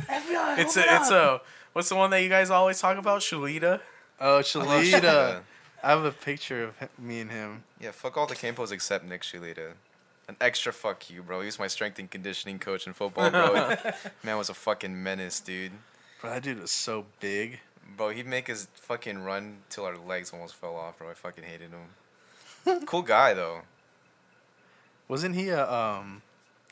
S5: FBI,
S4: It's
S5: open
S4: a it's
S5: up.
S4: a what's the one that you guys always talk about? Shalita.
S2: oh,
S3: I love
S5: uh,
S2: Shalita. I have a picture of h- me and him.
S3: Yeah, fuck all the campos except Nick Shulita. An extra fuck you, bro. He was my strength and conditioning coach in football, bro. Man was a fucking menace, dude.
S2: Bro, that dude was so big.
S3: Bro, he'd make us fucking run till our legs almost fell off, bro. I fucking hated him. cool guy though.
S2: Wasn't he a um?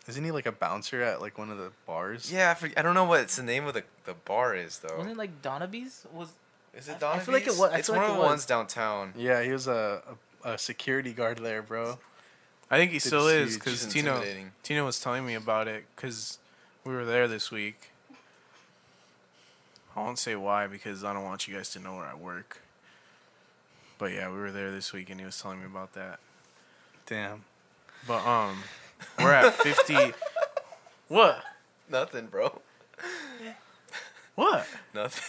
S2: Isn't he like a bouncer at like one of the bars?
S3: Yeah, I, for, I don't know what's the name of the, the bar is though.
S5: Wasn't it like Donabee's? Was
S3: Is
S5: I-
S3: it
S5: I
S3: Donabee's?
S5: feel like it wa- I
S3: it's
S5: feel
S3: one
S5: like
S3: of
S5: it
S3: the
S5: was.
S3: ones downtown.
S2: Yeah, he was a, a, a security guard there, bro.
S4: I think he still is
S2: huge.
S4: because
S3: He's
S4: Tino
S3: intimidating.
S4: Tino was telling me about it because we were there this week. I won't say why because I don't want you guys to know where I work. But yeah, we were there this week and he was telling me about that.
S2: Damn.
S4: But um, we're at fifty. what?
S3: Nothing, bro.
S4: What?
S3: Nothing.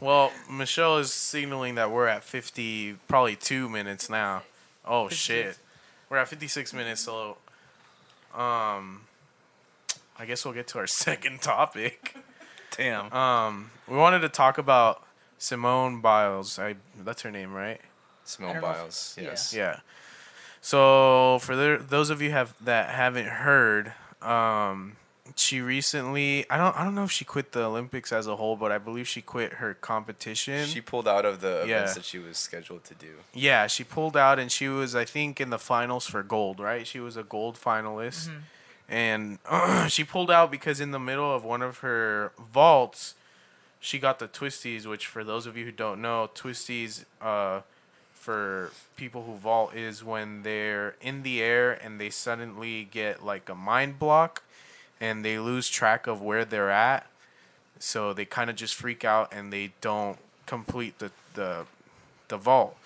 S4: Well, Michelle is signaling that we're at fifty, probably two minutes now. Oh shit, we're at fifty-six minutes. So, um, I guess we'll get to our second topic.
S2: Damn.
S4: Um, we wanted to talk about Simone Biles. I that's her name, right?
S5: I
S3: Simone
S5: don't know if-
S3: Biles.
S5: yeah.
S3: Yes.
S4: Yeah. So for the, those of you have that haven't heard, um, she recently I don't I don't know if she quit the Olympics as a whole, but I believe she quit her competition.
S3: She pulled out of the
S4: Yeah.
S3: events that she was scheduled to do.
S4: yeah, she pulled out and she was I think in the finals for gold, right? She was a gold finalist. And she pulled out because in the middle of one of her vaults, she got the twisties, which for those of you who don't know, twisties uh for people who vault is when they're in the air and they suddenly get like a mind block and they lose track of where they're at. So they kind of just freak out and they don't complete the the the vault.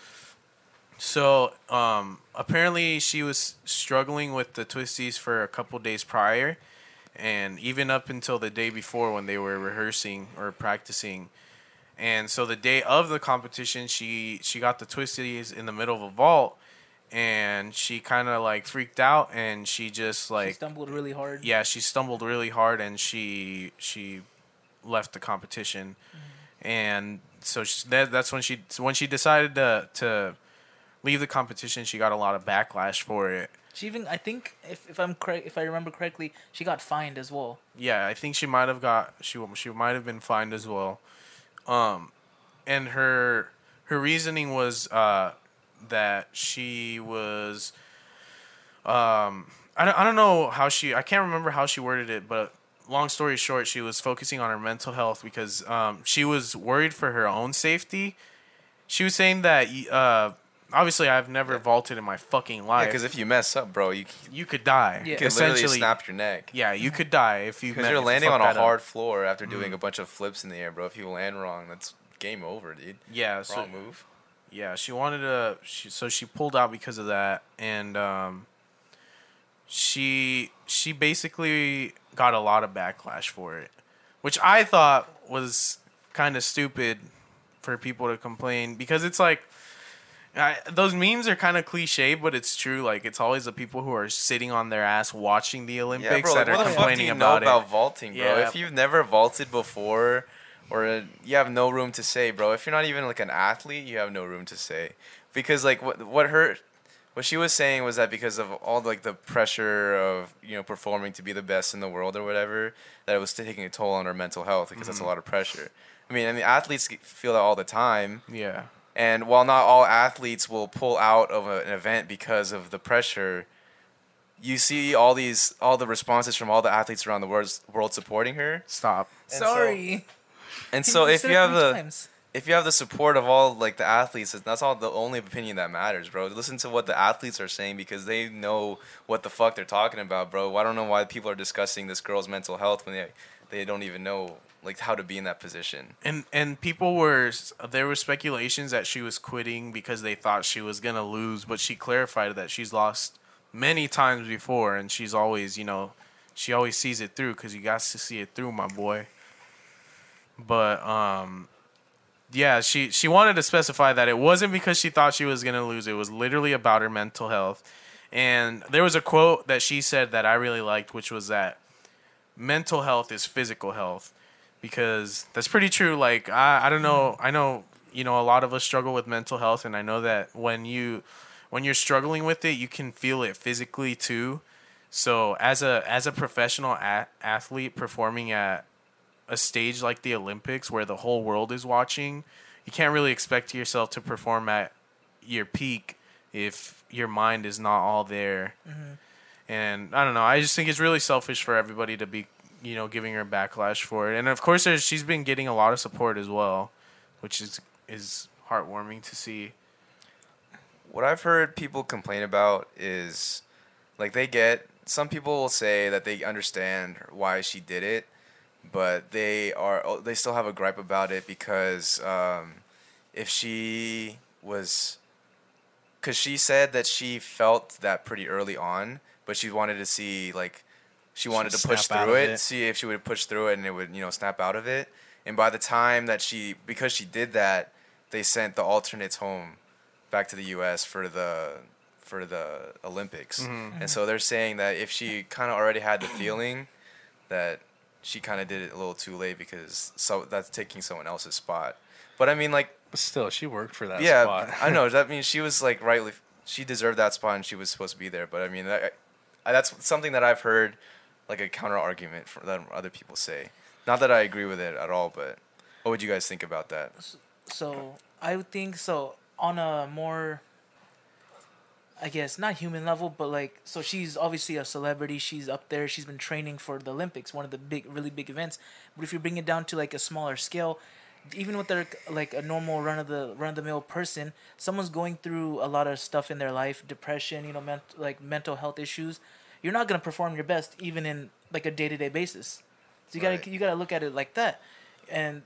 S4: So um, apparently she was struggling with the twisties for a couple days prior, and even up until the day before when they were rehearsing or practicing. And so the day of the competition, she she got the twisties in the middle of a vault, and she kind of like freaked out and she just
S5: she
S4: like
S5: stumbled really hard.
S4: yeah, she stumbled really hard and she she left the competition, and so she, that, that's when she so when she decided to to leave the competition. She got a lot of backlash for it.
S5: She even I think if, if I'm correct if I remember correctly, she got fined as well.
S4: Yeah, I think she might have got she she might have been fined as well. Um, and her her reasoning was uh, that she was um I don't, I don't know how she I can't remember how she worded it, but long story short, she was focusing on her mental health because um she was worried for her own safety. She was saying that uh obviously I've never vaulted in my fucking
S3: Yeah,
S4: life.
S3: because if you mess up, bro, you c-
S4: you could die.
S5: Yeah.
S3: you could literally snap your neck.
S4: Yeah, you could die if you
S3: Because
S4: met-
S3: you're
S4: if you
S3: landing on
S4: fucked
S3: a
S4: that up.
S3: hard floor after
S4: Mm.
S3: doing a bunch of flips in the air, bro. If you land wrong, that's game over, dude.
S4: Yeah, so
S3: Wrong move.
S4: yeah, she wanted to. She, so she pulled out because of that, and um, she she basically got a lot of backlash for it, which I thought was kind of stupid for people to complain because it's like. I, those memes are kind of cliche, but it's true. Like it's always the people who are sitting on their ass watching the Olympics
S3: Yeah, bro, like,
S4: that
S3: what
S4: are
S3: the fuck do
S4: complaining
S3: you know
S4: about it.
S3: about vaulting, bro?
S4: Yeah.
S3: If you've never vaulted before, or uh, you have no room to say, bro. If you're not even like an athlete, you have no room to say, because like what what her, what she was saying was that because of all like the pressure of you know performing to be the best in the world or whatever, that it was taking a toll on her mental health because
S4: Mm-hmm.
S3: that's a lot of pressure. I mean, and the athletes get- feel that all the time.
S4: yeah,
S3: And while not all athletes will pull out of a- an event because of the pressure, you see all these all the responses from all the athletes around the world, world supporting her.
S4: stop.
S3: And so-
S5: Sorry.
S3: And so
S5: She
S3: if
S5: said
S3: you
S5: it
S3: have
S5: three
S3: the
S5: times.
S3: if you have the support of all like the athletes, that's all the only opinion that matters, bro. Listen to what the athletes are saying because they know what the fuck they're talking about, bro. I don't know why people are discussing this girl's mental health when they they don't even know like how to be in that position.
S4: and and people were there were speculations that she was quitting because they thought she was gonna lose, but she clarified that she's lost many times before, and she's always you know she always sees it through because you got to see it through, my boy. But um, yeah, she she wanted to specify that it wasn't because she thought she was gonna lose. It was literally about her mental health, and there was a quote that she said that I really liked, which was that mental health is physical health because that's pretty true. Like I, I don't know, I know you know a lot of us struggle with mental health, and I know that when you when you're struggling with it, you can feel it physically too. So as a as a professional a- athlete performing at a stage like the Olympics where the whole world is watching, you can't really expect yourself to perform at your peak if your mind is not all there. And I don't know. I just think it's really selfish for everybody to be, you know, giving her backlash for it. And of course, there's, she's been getting a lot of support as well, which is is heartwarming to see.
S3: what I've heard people complain about is like they get some people will say that they understand why she did it, but they are oh, they still have a gripe about it because um, if she was because she said that she felt that pretty early on, but she wanted to see like she wanted to
S2: She'd
S3: push
S2: snap out
S3: through
S2: of
S3: it,
S2: it.
S3: see if she would push through it and it would you know snap out of it. And by the time that she because she did that, they sent the alternates home back to the U.S. for the for the Olympics,
S2: Mm-hmm.
S3: and so they're saying that if she kind of already had the feeling that she kind of did it a little too late because so that's taking someone else's spot. But I mean, like
S2: But still, she worked for that
S3: yeah,
S2: spot.
S3: I know. That means she was like rightly, she deserved that spot and she was supposed to be there. But I mean, that, I, that's something that I've heard, like a counter argument from that other people say. Not that I agree with it at all, but what would you guys think about that?
S5: So I would think so on a more I guess not human level, but like so she's obviously a celebrity. She's up there. She's been training for the Olympics, one of the big, really big events. But if you bring it down to like a smaller scale, even with their like a normal run of the run of the mill person, someone's going through a lot of stuff in their life, depression, you know, ment- like mental health issues. You're not gonna perform your best even in like a day to day basis. So you
S3: Right.
S5: gotta you gotta look at it like that, and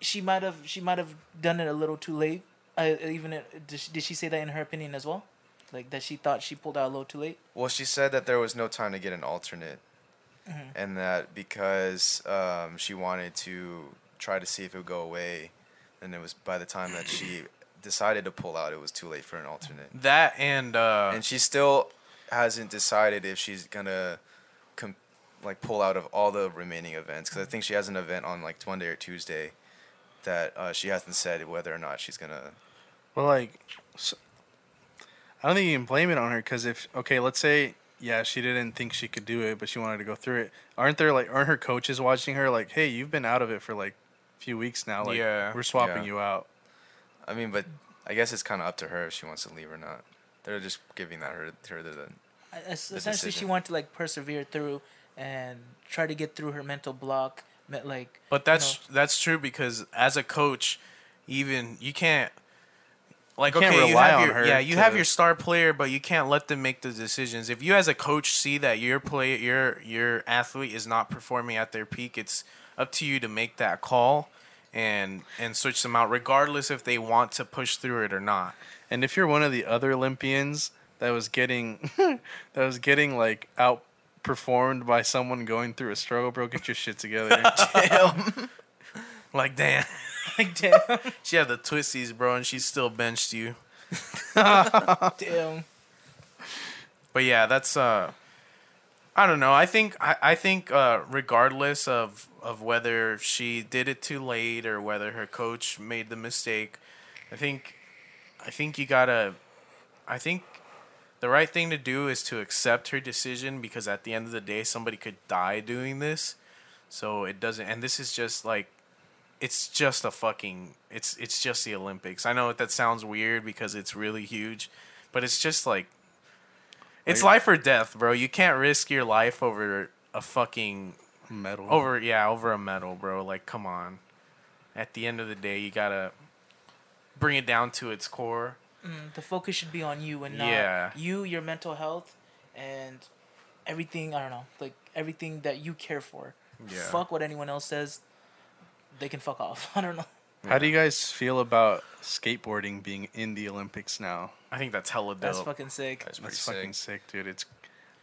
S5: she might have she might have done it a little too late. Uh, even it, did, she, did she say that in her opinion as well? Like that she thought she pulled out a little too late.
S3: Well, she said that there was no time to get an alternate,
S2: Mm-hmm.
S3: and that because um, she wanted to try to see if it would go away, and it was by the time that she decided to pull out, it was too late for an alternate.
S4: That and uh,
S3: and she still hasn't decided if she's gonna com- like pull out of all the remaining events because I think she has an event on like Monday or Tuesday that uh, she hasn't said whether or not she's gonna.
S2: Well, like, s I don't think you can blame it on her because if okay, let's say yeah, she didn't think she could do it, but she wanted to go through it. Aren't there like aren't her coaches watching her like, hey, you've been out of it for like a few weeks now, like
S4: Yeah.
S2: we're swapping
S3: Yeah.
S2: you out.
S3: I mean, but I guess it's kind of up to her if she wants to leave or not. They're just giving that her her the, the
S5: I- es- essentially she
S3: decision.
S5: wanted to like persevere through and try to get through her mental block me- like
S4: But that's that's true because as a coach, even you can't like
S2: You can't
S4: okay, you
S2: rely
S4: have
S2: on
S4: your,
S2: her
S4: yeah, you
S2: to-
S4: have your star player, but you can't let them make the decisions. If you as a coach see that your player your your athlete is not performing at their peak, it's up to you to make that call and and switch them out regardless if they want to push through it or not.
S2: And if you're one of the other Olympians that was getting that was getting like outperformed by someone going through a struggle, bro, get your shit together.
S4: Like damn,
S5: like damn,
S4: she had the twisties, bro, and she still benched you.
S5: damn.
S4: But yeah, that's uh I don't know. I think I, I think uh regardless of of whether she did it too late or whether her coach made the mistake, I think I think you got to I think the right thing to do is to accept her decision because at the end of the day somebody could die doing this. So it doesn't and this is just like it's just a fucking it's it's just the Olympics. I know that sounds weird because it's really huge, but it's just like it's life or death, bro. You can't risk your life over a fucking
S2: Metal.
S4: over yeah, over a medal, bro. Like come on. At the end of the day, you got to bring it down to its core.
S5: the focus should be on you and not
S4: Yeah.
S5: you your mental health and everything i don't know like everything that you care for
S4: Yeah.
S5: fuck what anyone else says they can fuck off i don't know
S2: How do you guys feel about skateboarding being in the Olympics now?
S4: I think that's hella dope.
S5: that's fucking sick
S3: that's pretty
S2: That's
S3: sick.
S2: fucking sick, dude. It's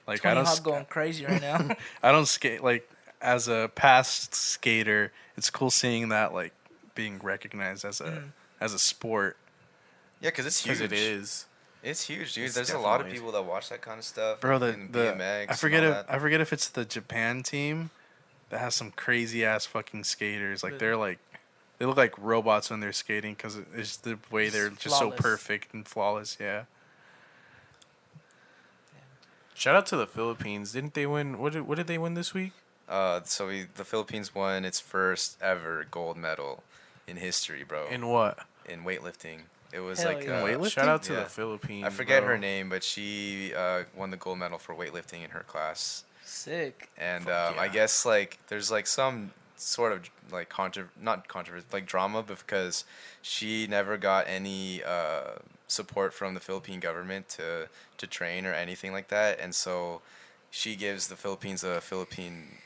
S2: like
S5: Tony
S2: I don't
S5: Hawk
S2: sk-
S5: going crazy right now
S2: I don't skate like as a past skater. It's cool seeing that like being recognized as a
S5: Mm.
S2: as a sport.
S3: Yeah, because it's huge.
S4: Because it is.
S3: It's huge, dude.
S4: It's
S3: There's a lot of
S4: definitely-
S3: people that watch that kind of stuff.
S2: Bro, the,
S3: and
S2: the
S3: BMX
S2: I forget
S3: and
S2: if
S3: all that.
S2: I forget if it's the Japan team that has some crazy ass fucking skaters. Like
S5: Really?
S2: they're like they look like robots when they're skating because it's the way
S5: Just
S2: they're just so
S5: flawless.
S2: perfect and flawless. Yeah,
S4: Shout out to the Philippines. Didn't they win? What did, what did they win this week?
S3: Uh, so we, the Philippines won its first ever gold medal in history, bro. In,
S4: In what?
S3: weightlifting, it was
S5: Hell
S3: like
S5: yeah.
S3: uh,
S2: Weightlifting?
S4: Shout out to
S3: Yeah.
S4: the Philippines.
S3: I forget
S4: bro.
S3: her name, but she uh, won the gold medal for weightlifting in her class.
S5: sick
S3: And
S4: Fuck
S3: um, I
S4: yeah.
S3: guess like there's like some sort of like contro not controversy like drama because she never got any uh, support from the Philippine government to to train or anything like that, and so she gives the Philippines a Philippine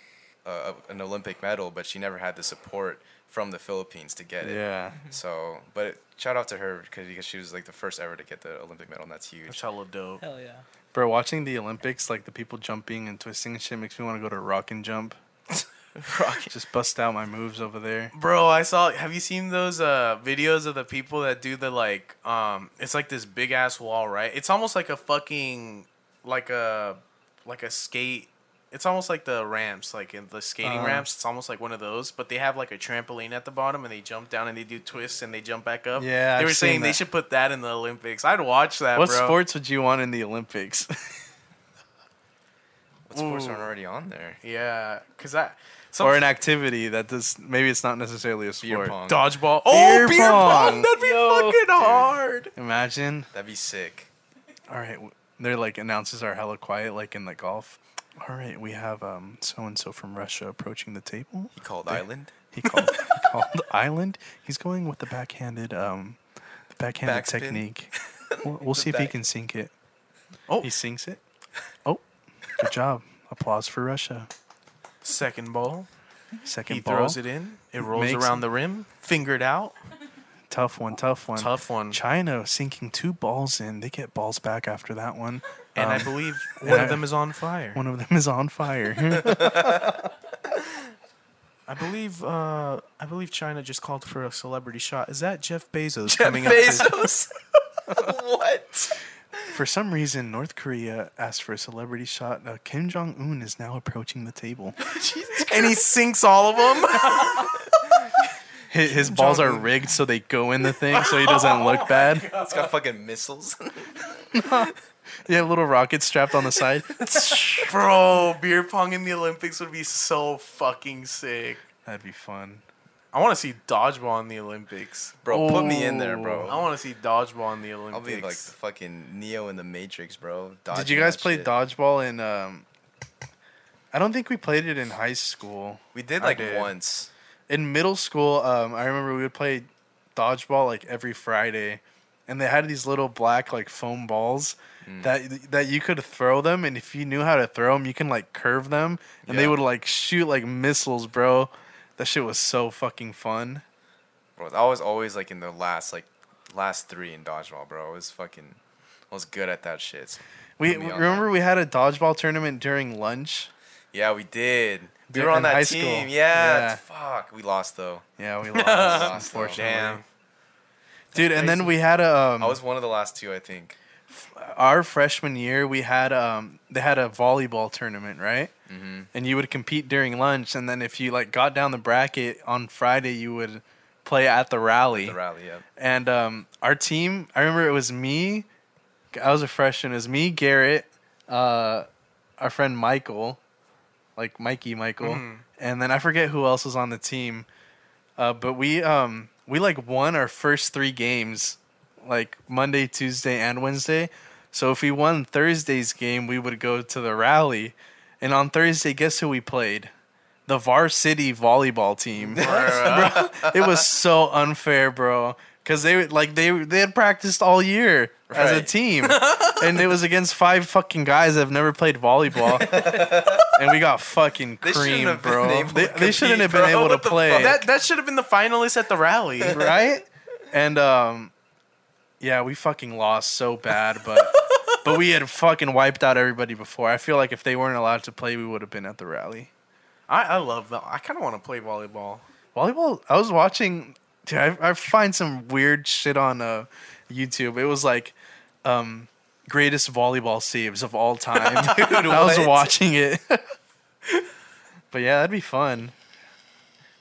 S3: uh, an Olympic medal, but she never had the support from the Philippines to get it.
S2: yeah.
S3: So, but shout out to her because because she was like the first ever to get the Olympic medal, and that's huge.
S4: That's hella dope.
S5: hell yeah
S2: Bro, watching the Olympics, like the people jumping and twisting and shit, makes me want to go to rock and jump. Just bust out my moves over there.
S4: Bro, I saw. Have you seen those uh, videos of the people that do the like? Um, it's like this big ass wall, right? It's almost like a fucking like a like a skate. It's almost like the ramps, like in the skating
S2: Uh-huh.
S4: ramps. It's almost like one of those, but they have like a trampoline at the bottom, and they jump down and they do twists and they jump back up.
S2: Yeah,
S4: they
S2: I've
S4: were saying
S2: seen
S4: they
S2: that.
S4: should put that in the Olympics. I'd watch that,
S2: what
S4: bro.
S2: sports would you want in the Olympics?
S3: What sports
S4: Ooh.
S3: aren't already on there?
S4: Yeah, cause I some
S2: or an activity that does maybe it's not necessarily a sport.
S3: Beer pong.
S4: dodgeball. Oh,
S2: Beer
S4: beer pong.
S2: pong.
S4: That'd be fucking hard.
S2: Imagine.
S3: That'd be sick.
S2: All right, w- they're like announces are hella quiet, like in the golf. All right, we have um so and so from Russia approaching the table.
S3: He called
S2: Yeah.
S3: Island.
S2: He called, he called Island. He's going with the backhanded um the backhanded
S3: Backspin?
S2: technique. We'll, we'll
S3: The
S2: see if he
S3: back-
S2: can sink it.
S4: Oh.
S2: he sinks it. Oh, good job! Applause for Russia.
S4: Second ball.
S2: Second
S4: He
S2: ball,
S4: throws it in. It rolls
S2: Makes
S4: around
S2: it.
S4: the rim. Fingered out.
S2: tough one, tough one.
S4: Tough one.
S2: China sinking two balls in. They get balls back after that one.
S4: And I
S2: Um,
S4: believe one
S2: yeah.
S4: of them is on fire.
S2: one of them is on fire.
S4: I believe uh, I believe China just called for a celebrity shot. Is that Jeff Bezos
S3: Jeff
S4: coming up? To-
S3: Bezos. what?
S2: for some reason, North Korea asked for a celebrity shot. Uh, Kim Jong Un is now approaching the table.
S4: and he sinks all of them.
S2: His, his balls are
S4: Jong-un.
S2: rigged so they go in the thing so he doesn't look bad.
S3: It's got fucking missiles.
S2: Yeah, little rockets strapped on the side.
S4: Bro, beer pong in the Olympics would be so fucking sick.
S2: That'd be fun.
S4: I want to see dodgeball in the Olympics.
S3: bro, put me in there, bro.
S4: I want to see dodgeball in the
S3: I'll
S4: Olympics.
S3: be like the fucking Neo in the Matrix, bro.
S2: Did you
S3: dodging
S2: guys
S3: that
S2: play
S3: shit.
S2: dodgeball in? Um, I don't think we played it in high school.
S3: We did
S4: I
S3: like
S4: did.
S3: once.
S2: In middle school, um, I remember we would play dodgeball like every Friday, and they had these little black like foam balls
S3: Hmm.
S2: that that you could throw them, and if you knew how to throw them, you can like curve them, and they
S3: Yeah.
S2: would like shoot like missiles, bro. That shit was so fucking fun.
S3: Bro, I was always like in the last like last three in dodgeball, bro. I was fucking I was good at that shit.
S2: We
S3: Put me on
S2: remember we had a dodgeball tournament during lunch.
S3: Yeah, we did. We
S2: Dude,
S3: were on
S2: in
S3: that
S2: high
S3: team.
S2: school.
S3: Yeah.
S2: Yeah.
S3: Fuck. We lost though.
S2: Yeah, we
S3: We
S2: lost,
S3: lost, though.
S2: unfortunately.
S3: Damn.
S2: Dude, and then we had a um,
S3: I was one of the last two, I think.
S2: our freshman year we had um they had a volleyball tournament right
S3: Mhm.
S2: and you would compete during lunch and then if you like got down the bracket on friday you would play at the rally
S3: The rally, yeah.
S2: and um our team i remember it was me i was a freshman it was me garrett uh our friend michael like mikey michael and then i forget who else was on the team uh but we um we like won our first three games like monday tuesday and wednesday so if we won thursday's game we would go to the rally and on thursday guess who we played the varsity volleyball team it was so unfair, bro. Because they would- like they they had practiced all year as a
S3: Right.
S2: team, and it was against five fucking guys that have never played volleyball, and we got fucking
S3: They shouldn't
S2: creamed,
S3: have been
S2: bro. They,
S3: able to
S2: they shouldn't
S3: compete,
S2: have been
S3: bro.
S2: able to
S3: What the
S2: play,
S3: fuck?
S4: that that should have been the finalists at the rally.
S2: right? And um, yeah, we fucking lost so bad, but but we had fucking wiped out everybody before. I feel like if they weren't allowed to play, we would have been at the rally.
S4: I, I love that. I kind of want to play volleyball.
S2: volleyball i was watching dude i, I find some weird shit on uh, youtube it was like um greatest volleyball saves of all time i was
S3: what?
S2: watching it but yeah that'd be fun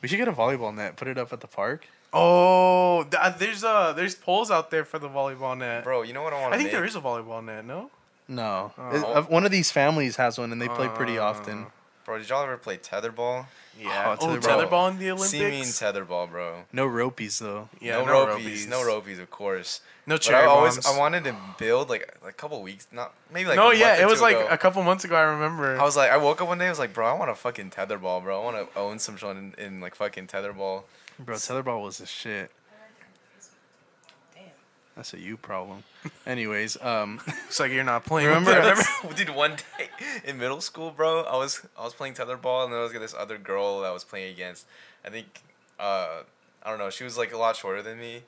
S2: we should get a volleyball net put it up at the park
S4: Oh, th- uh, there's uh there's poles out there for the volleyball net.
S3: Bro, you know what I want
S4: I
S3: to
S4: think
S3: make?
S4: there is a volleyball net. No.
S2: no
S4: Oh.
S2: It- uh, one of these families has one and they play pretty often
S3: Bro, did y'all ever play tetherball?
S2: Yeah.
S4: Oh,
S2: Tetherball.
S4: tetherball in the Olympics.
S3: See me in tetherball, bro.
S2: no ropies though
S4: yeah,
S3: no,
S4: no
S3: ropies,
S4: ropies.
S3: no ropies, of course.
S4: No
S3: But I
S4: cherry
S3: always
S4: bombs.
S3: I wanted to build like a couple weeks, not maybe like.
S4: no,
S3: a month
S4: yeah,
S3: or
S4: it was
S3: two
S4: like
S3: ago.
S4: a couple months ago. I remember.
S3: I was like, I woke up one day, I was like, bro, I want a fucking tetherball, bro. I want to own some shit in, in like fucking tetherball.
S2: bro tetherball was the shit
S6: Damn.
S2: that's a you problem anyways um
S4: it's like you're not playing.
S2: Remember-
S4: with
S3: remember, dude, one day in middle school, bro, I was I was playing tetherball, and there was this other girl that I was playing against. I think, uh, I don't know, she was like a lot shorter than me,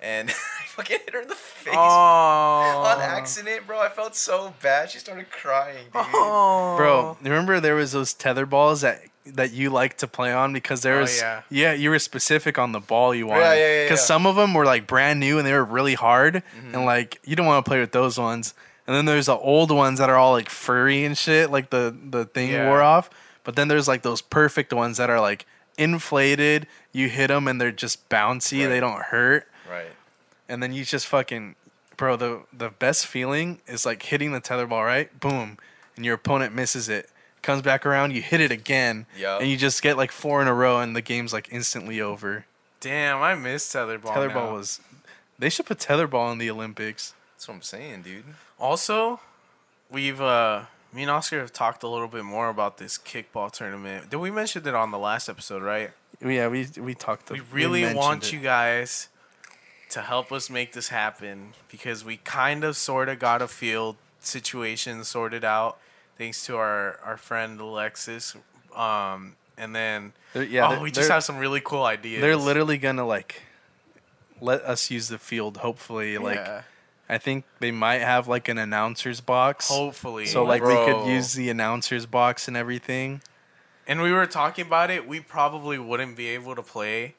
S3: and I fucking hit her in the face
S4: that.
S3: on
S4: Oh.
S3: accident, bro. I felt so bad. She started crying, dude.
S4: Oh.
S2: Bro, remember there was those tether balls that that you like to play on because there
S4: Oh,
S2: was
S4: yeah.
S2: yeah. you were specific on the ball you wanted
S3: yeah, yeah, Mm-hmm.
S2: because
S3: yeah.
S2: some of them were like brand new and they were really hard and like you don't want to play with those ones and then there's the old ones that are all like furry and shit like the the thing
S4: Yeah.
S2: wore off but then there's like those perfect ones that are like inflated you hit them and they're just bouncy
S3: Right.
S2: they don't hurt
S3: Right.
S2: and then you just fucking bro the the best feeling is like hitting the tether ball right boom and your opponent misses it comes back around you hit it again
S3: Yup.
S2: and you just get like four in a row and the game's like instantly over
S4: Damn, I missed tetherball.
S2: tetherball
S4: now.
S2: was they should put tetherball in the olympics
S3: That's what I'm saying, dude.
S4: Also, we've uh me and Oscar have talked a little bit more about this kickball tournament. Did we mention it on the last episode, right?
S2: yeah we we talked
S4: We really want you
S2: guys
S4: guys to help us make this happen because we kind of sort of got a field situation sorted out thanks to our our friend Alexis um and then
S2: They're- yeah,
S4: oh,
S2: they're-
S4: we just
S2: they're-
S4: have some really cool ideas.
S2: they're literally gonna like let us use the field hopefully
S4: Yeah.
S2: like i think they might have like an announcer's box
S4: hopefully
S2: so like we
S3: Bro.
S2: could use the announcer's box and everything
S4: and we were talking about it, we probably wouldn't be able to play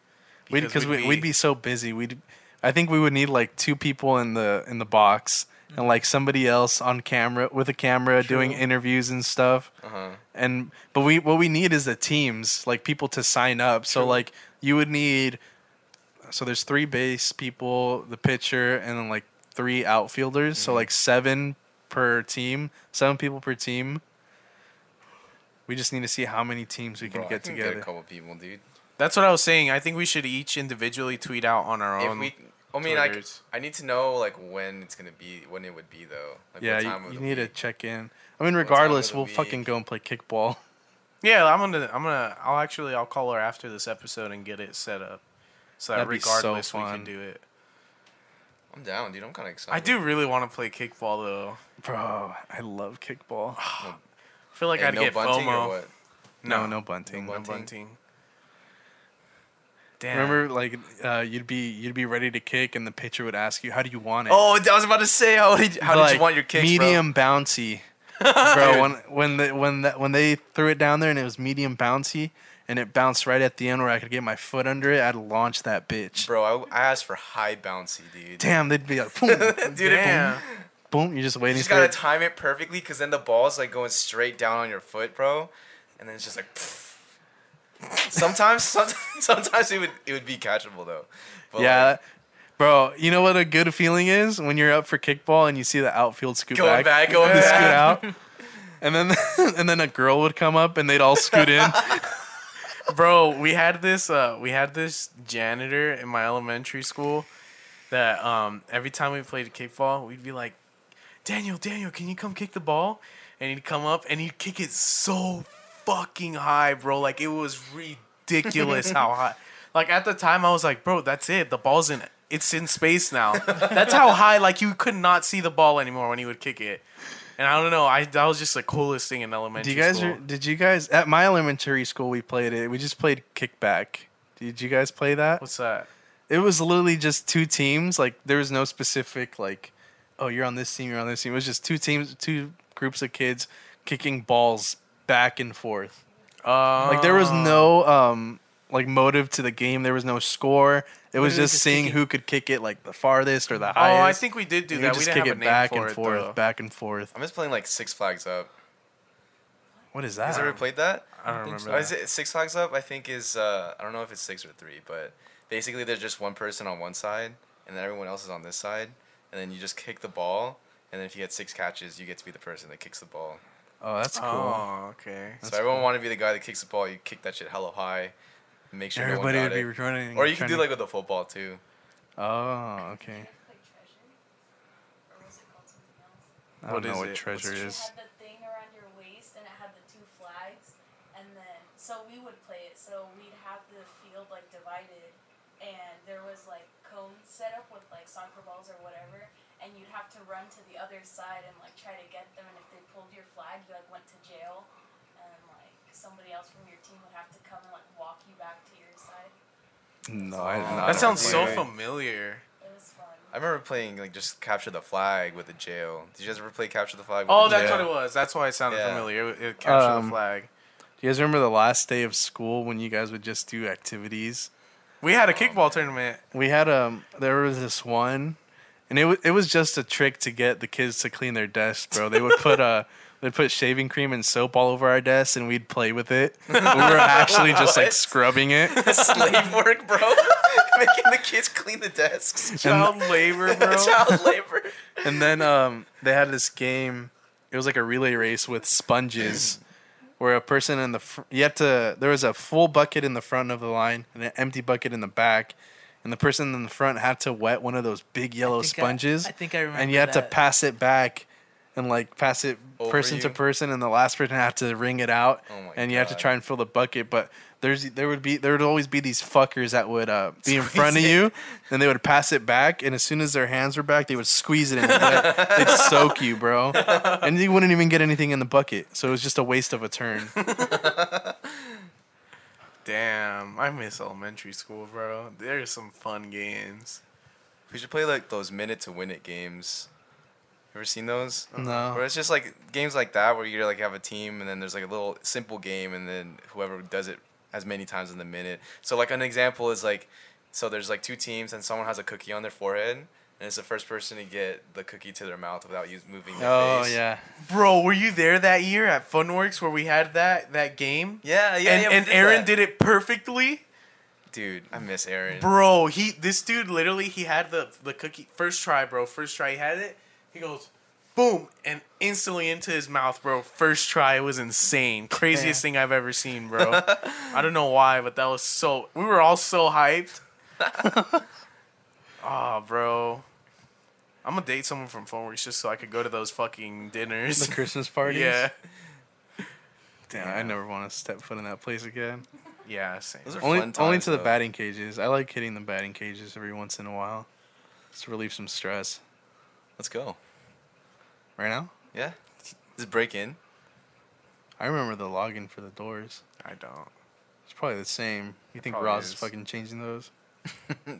S2: We'd because we, we'd be so busy. We'd I think we would need like two people in the in the box and
S3: Mm-hmm.
S2: like somebody else on camera with a camera doing interviews and stuff.
S3: Uh huh.
S2: And but we what we need is the teams, like people to sign up. So like you would need so there's three base people, the pitcher, and then like three outfielders.
S3: Mm-hmm.
S2: So like seven per team, seven people per team. We just need to see how many teams we can
S3: Bro, I
S2: get
S3: can
S2: together.
S3: Get a couple people, dude.
S4: That's what I was saying. I think we should each individually tweet out on our
S3: If
S4: own.
S3: we, I mean, I, c-
S4: Twitters.
S3: I need to know like when it's gonna be, when it would be though. Like,
S2: yeah,
S3: what
S2: you,
S3: time of
S2: you
S3: the
S2: need to
S3: week.
S2: check in. I mean,
S3: What time
S2: regardless,
S3: of the
S2: we'll fucking
S3: week?
S2: go and play kickball.
S4: yeah, I'm gonna, I'm gonna, I'll actually, I'll call her after this episode and get it set up, so that
S2: That'd be so
S4: regardless we
S2: fun.
S4: can do it.
S3: I'm down, dude. I'm kind of excited.
S4: I do really want to play kickball though.
S2: Bro, I love kickball.
S4: I feel like
S3: Hey,
S4: I'd
S3: no
S4: get
S3: bunting
S4: FOMO.
S3: or what?
S2: no, no bunting.
S4: No bunting.
S3: bunting.
S4: Damn.
S2: Remember, like uh, you'd be you'd be ready to kick, and the pitcher would ask you, "How do you want it?"
S3: Oh, I was about to say how did, how did
S2: Like,
S3: you want your kicks,
S2: Medium bouncy, bro. when when the, when that when they threw it down there and it was medium bouncy, and it bounced right at the end where I could get my foot under it, I'd launch that bitch.
S3: bro? Bro, I, I asked for high bouncy, dude.
S2: Damn, they'd be like, boom,
S3: Dude, it-
S4: Damn.
S2: boom. You're just
S3: you
S2: waiting
S3: just
S2: for
S3: gotta
S2: it.
S3: time it perfectly, cause then the ball's like going straight down on your foot, bro, and then it's just like. sometimes, sometimes, sometimes it would it would be catchable though. But
S2: yeah.
S3: like,
S2: that- Bro, you know what a good feeling is when you're up for kickball and you see the outfield scoot
S3: going back, going
S2: they scoot
S3: back.
S2: out, and then and then a girl would come up and they'd all scoot in.
S4: bro we had this uh we had this janitor in my elementary school that um every time we played kickball we'd be like daniel daniel can you come kick the ball and he'd come up and he'd kick it so fucking high bro like it was ridiculous how high like at the time i was like bro that's it the ball's in it's in space now that's how high like you could not see the ball anymore when he would kick it and i don't know i that was just the coolest thing in
S2: Do
S4: elementary
S2: you guys?
S4: school.
S2: Re- did you guys at my elementary school? We played it. We just played kickback. Did you guys play that?
S4: what's that
S2: It was literally just two teams. Like there was no specific like, oh, you're on this team, you're on this team. It was just two teams, two groups of kids kicking balls back and forth.
S4: uh,
S2: Like there was no um like motive to the game. There was no score. It was
S4: Literally
S2: just
S4: just
S2: seeing
S4: kicking-
S2: who could kick it like the farthest or the
S4: Oh, I
S2: highest.
S4: think we did do
S2: And you
S4: that.
S2: just
S4: we didn't
S2: kick
S4: have
S2: it
S4: a name
S2: back
S4: for
S2: and
S4: it,
S2: forth,
S4: though.
S2: back and forth.
S3: I'm just playing like Six Flags Up.
S2: What is
S3: You
S2: that?
S3: guys ever played that?
S4: I don't
S3: So
S4: remember.
S3: is it Six Flags Up? I think is uh, I don't know if it's six or three, but basically there's just one person on one side, and then everyone else is on this side, and then you just kick the ball, and then if you get six catches, you get to be the person that kicks the ball.
S2: oh, that's
S4: that.
S2: cool.
S4: Oh, okay.
S3: so everyone want to be the guy that kicks the ball. You kick that shit hella high, make sure
S2: Everybody would
S3: no one got
S2: be
S3: it.
S2: running.
S3: Or you can
S2: trying
S3: do
S2: to-
S3: like with the football too.
S2: Oh, okay.
S6: Like treasure? Or was it called something else?
S2: I
S4: What
S2: don't know
S4: is
S2: what
S4: it?
S2: treasure
S6: You
S2: is.
S6: had the thing around your waist and it had the two flags and then so we would play it so we'd have the field like divided and there was like cones set up with like soccer balls or whatever and you'd have to run to the other side and like try to get them and if they pulled your flag you like went to jail and like somebody else from your team would have to come and like walk you back to your side.
S2: No, I, no, I
S4: that
S2: don't
S4: sounds
S2: think
S4: so
S2: I-
S4: familiar.
S6: It was fun.
S3: Um, I remember playing like just capture the flag with the jail. Did you guys ever play capture the flag? With
S4: Oh,
S3: the
S4: that's
S3: jail?
S4: what it was. That's why it sounded
S3: Yeah.
S4: familiar. It, it captured
S2: Um,
S4: the flag.
S2: Do you guys remember the last day of school when you guys would just do activities?
S4: We had a kickball tournament.
S2: We had um, there was this one, and it was it was just a trick to get the kids to clean their desks, bro. They would put uh They would put shaving cream and soap all over our desks, and we'd play with it. We were actually just like
S3: What?
S2: scrubbing it.
S3: slave work, bro. Making the kids clean the desks.
S4: Child labor, bro.
S3: Child labor.
S2: And then um, they had this game. It was like a relay race with sponges, where a person in the fr- you had to there was a full bucket in the front of the line and an empty bucket in the back, and the person in the front had to wet one of those big yellow
S5: think I-
S2: sponges.
S5: I think I remember
S2: And you had to
S5: that.
S2: pass it back, and like pass it
S3: Over
S2: person to
S3: you?
S2: person, and the last person had to wring it out,
S3: Oh my
S2: and you have to
S3: God.
S2: try and fill the bucket, but. There's, there would be there would always be these fuckers that would uh, be in front of
S3: Squeeze it.
S2: you and they would pass it back, and as soon as their hands were back, they would squeeze it in. They'd, they'd soak you, bro, and you wouldn't even get anything in the bucket. So it was just a waste of a turn.
S4: Damn, I miss elementary school, bro. There's some fun games.
S3: We should play like those minute to win it games. Ever seen those? Where
S2: No,
S3: it's just like games like that where you like have a team and then there's like a little simple game and then whoever does it as many times in the minute. So like an example is like so there's like two teams and someone has a cookie on their forehead and it's the first person to get the cookie to their mouth without you moving their
S2: oh
S3: face.
S2: yeah,
S4: Bro, were you there that year at Funworks where we had that that game?
S3: Yeah, yeah,
S4: and
S3: yeah. we
S4: and
S3: did
S4: Aaron
S3: that.
S4: did it perfectly.
S3: Dude, I miss Aaron.
S4: Bro, he this dude literally he had the the cookie first try, bro. First try he had it. He goes boom and instantly into his mouth, bro. First try it was insane. Craziest thing I've ever seen, bro. I don't know why, but that was so we were all so hyped. Ah, bro. I'm gonna date someone from Fort Worth just so I could go to those fucking dinners.
S2: The Christmas parties.
S4: yeah.
S2: Damn, I never want to step foot in that place again.
S4: Yeah, same.
S3: Those are
S2: Only,
S3: fun times,
S2: only to the
S3: though.
S2: batting cages. I like hitting the batting cages every once in a while, just to relieve some stress.
S3: Let's go.
S2: Right now,
S3: Yeah. Just break in.
S2: I remember the login for the doors.
S4: I don't.
S2: It's probably the same. You think
S4: Probably
S2: Ross is
S4: is.
S2: fucking changing those?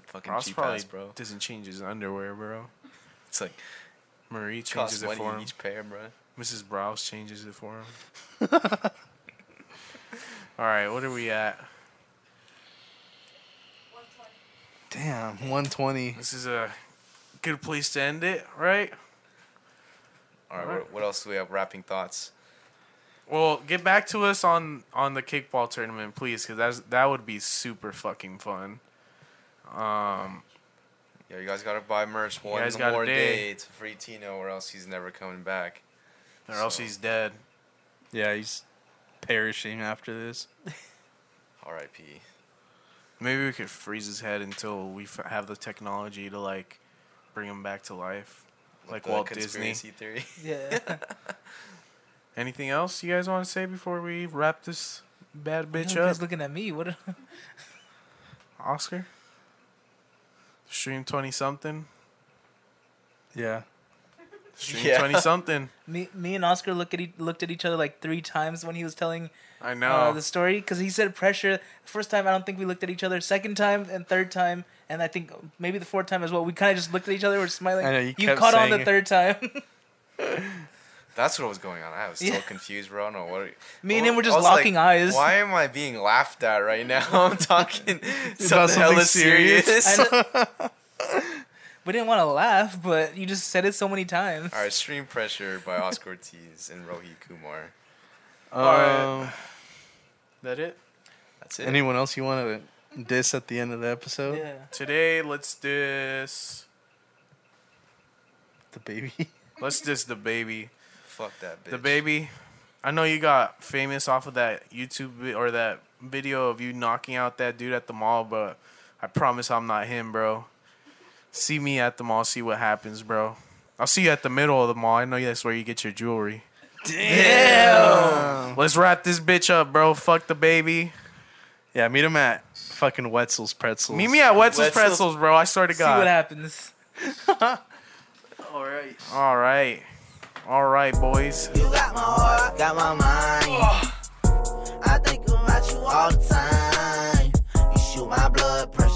S3: Fucking
S4: Ross
S3: cheap
S4: probably
S3: ass, bro.
S4: doesn't change his underwear, bro.
S3: It's like
S4: Marie changes
S3: costs
S4: it
S3: money
S4: for him.
S3: each pair, bro.
S4: Mrs. Browse changes it for him. All right, what are we at?
S6: 120.
S2: Damn, 120.
S4: This is a good place to end it, right?
S3: All right.
S4: Alright.
S3: What, what else do we have? Wrapping thoughts.
S4: Well, get back to us on on the kickball tournament, please, because that's that would be super fucking fun. Um,
S3: Yeah, you guys gotta buy merch one
S4: guys got a
S3: more
S4: day.
S3: day. It's free Tino, or else he's never coming back.
S4: or else
S3: So-
S4: he's dead.
S2: Yeah, he's perishing after this.
S3: R.I.P.
S4: Maybe we could freeze his head until we f- have the technology to like bring him back to life, like
S3: The
S4: Walt Disney.
S3: conspiracy theory.
S5: Yeah.
S4: Anything else you guys want to say before we wrap this bad bitch
S5: You
S4: up?
S5: guys looking at me. What?
S4: Oscar? Stream 20 something?
S2: Yeah.
S4: Stream
S3: Yeah.
S4: 20 something.
S5: Me, me and Oscar looked at e- looked at each other like three times when he was telling
S4: I know.
S2: Oh.
S5: uh, the story because he said pressure. First time, I don't think we looked at each other. Second time and third time, and I think maybe the fourth time as well. We kind of just looked at each other. We're smiling.
S2: I know, you kept
S5: caught on the
S2: saying it.
S5: third time.
S3: That's what was going on. I was so
S5: Yeah.
S3: confused, bro. I don't know what.
S5: me and
S3: I
S5: him were
S3: was
S5: just
S3: like,
S5: locking eyes.
S3: Why am I being laughed at right now? I'm talking something
S2: something
S3: hella
S2: serious.
S3: serious.
S5: I kn- we didn't want to laugh, but you just said it so many times.
S3: All right, Stream Pressure by Oscar Ortiz and Rohit Kumar.
S4: right.
S2: Um,
S4: that it?
S3: That's it.
S2: anyone else you want to diss at the end of the episode?
S5: Yeah.
S4: Today, let's diss.
S2: The baby.
S4: Let's diss the baby.
S3: Fuck that bitch.
S4: The baby. I know you got famous off of that YouTube vi- or that video of you knocking out that dude at the mall, but I promise I'm not him, bro. See me at the mall, see what happens, bro. I'll see you at the middle of the mall. I know that's where you get your jewelry. Damn. Let's wrap this bitch up, bro. Fuck the baby.
S2: Yeah, meet him at fucking Wetzel's Pretzels.
S4: Meet me at Wetzel's
S3: Wetzel's-
S4: Pretzels, bro. I swear to
S5: See what
S4: God.
S5: happens.
S4: All right. All right, boys.
S1: You got my heart, got my mind. I think about you all the time. You shoot my blood pressure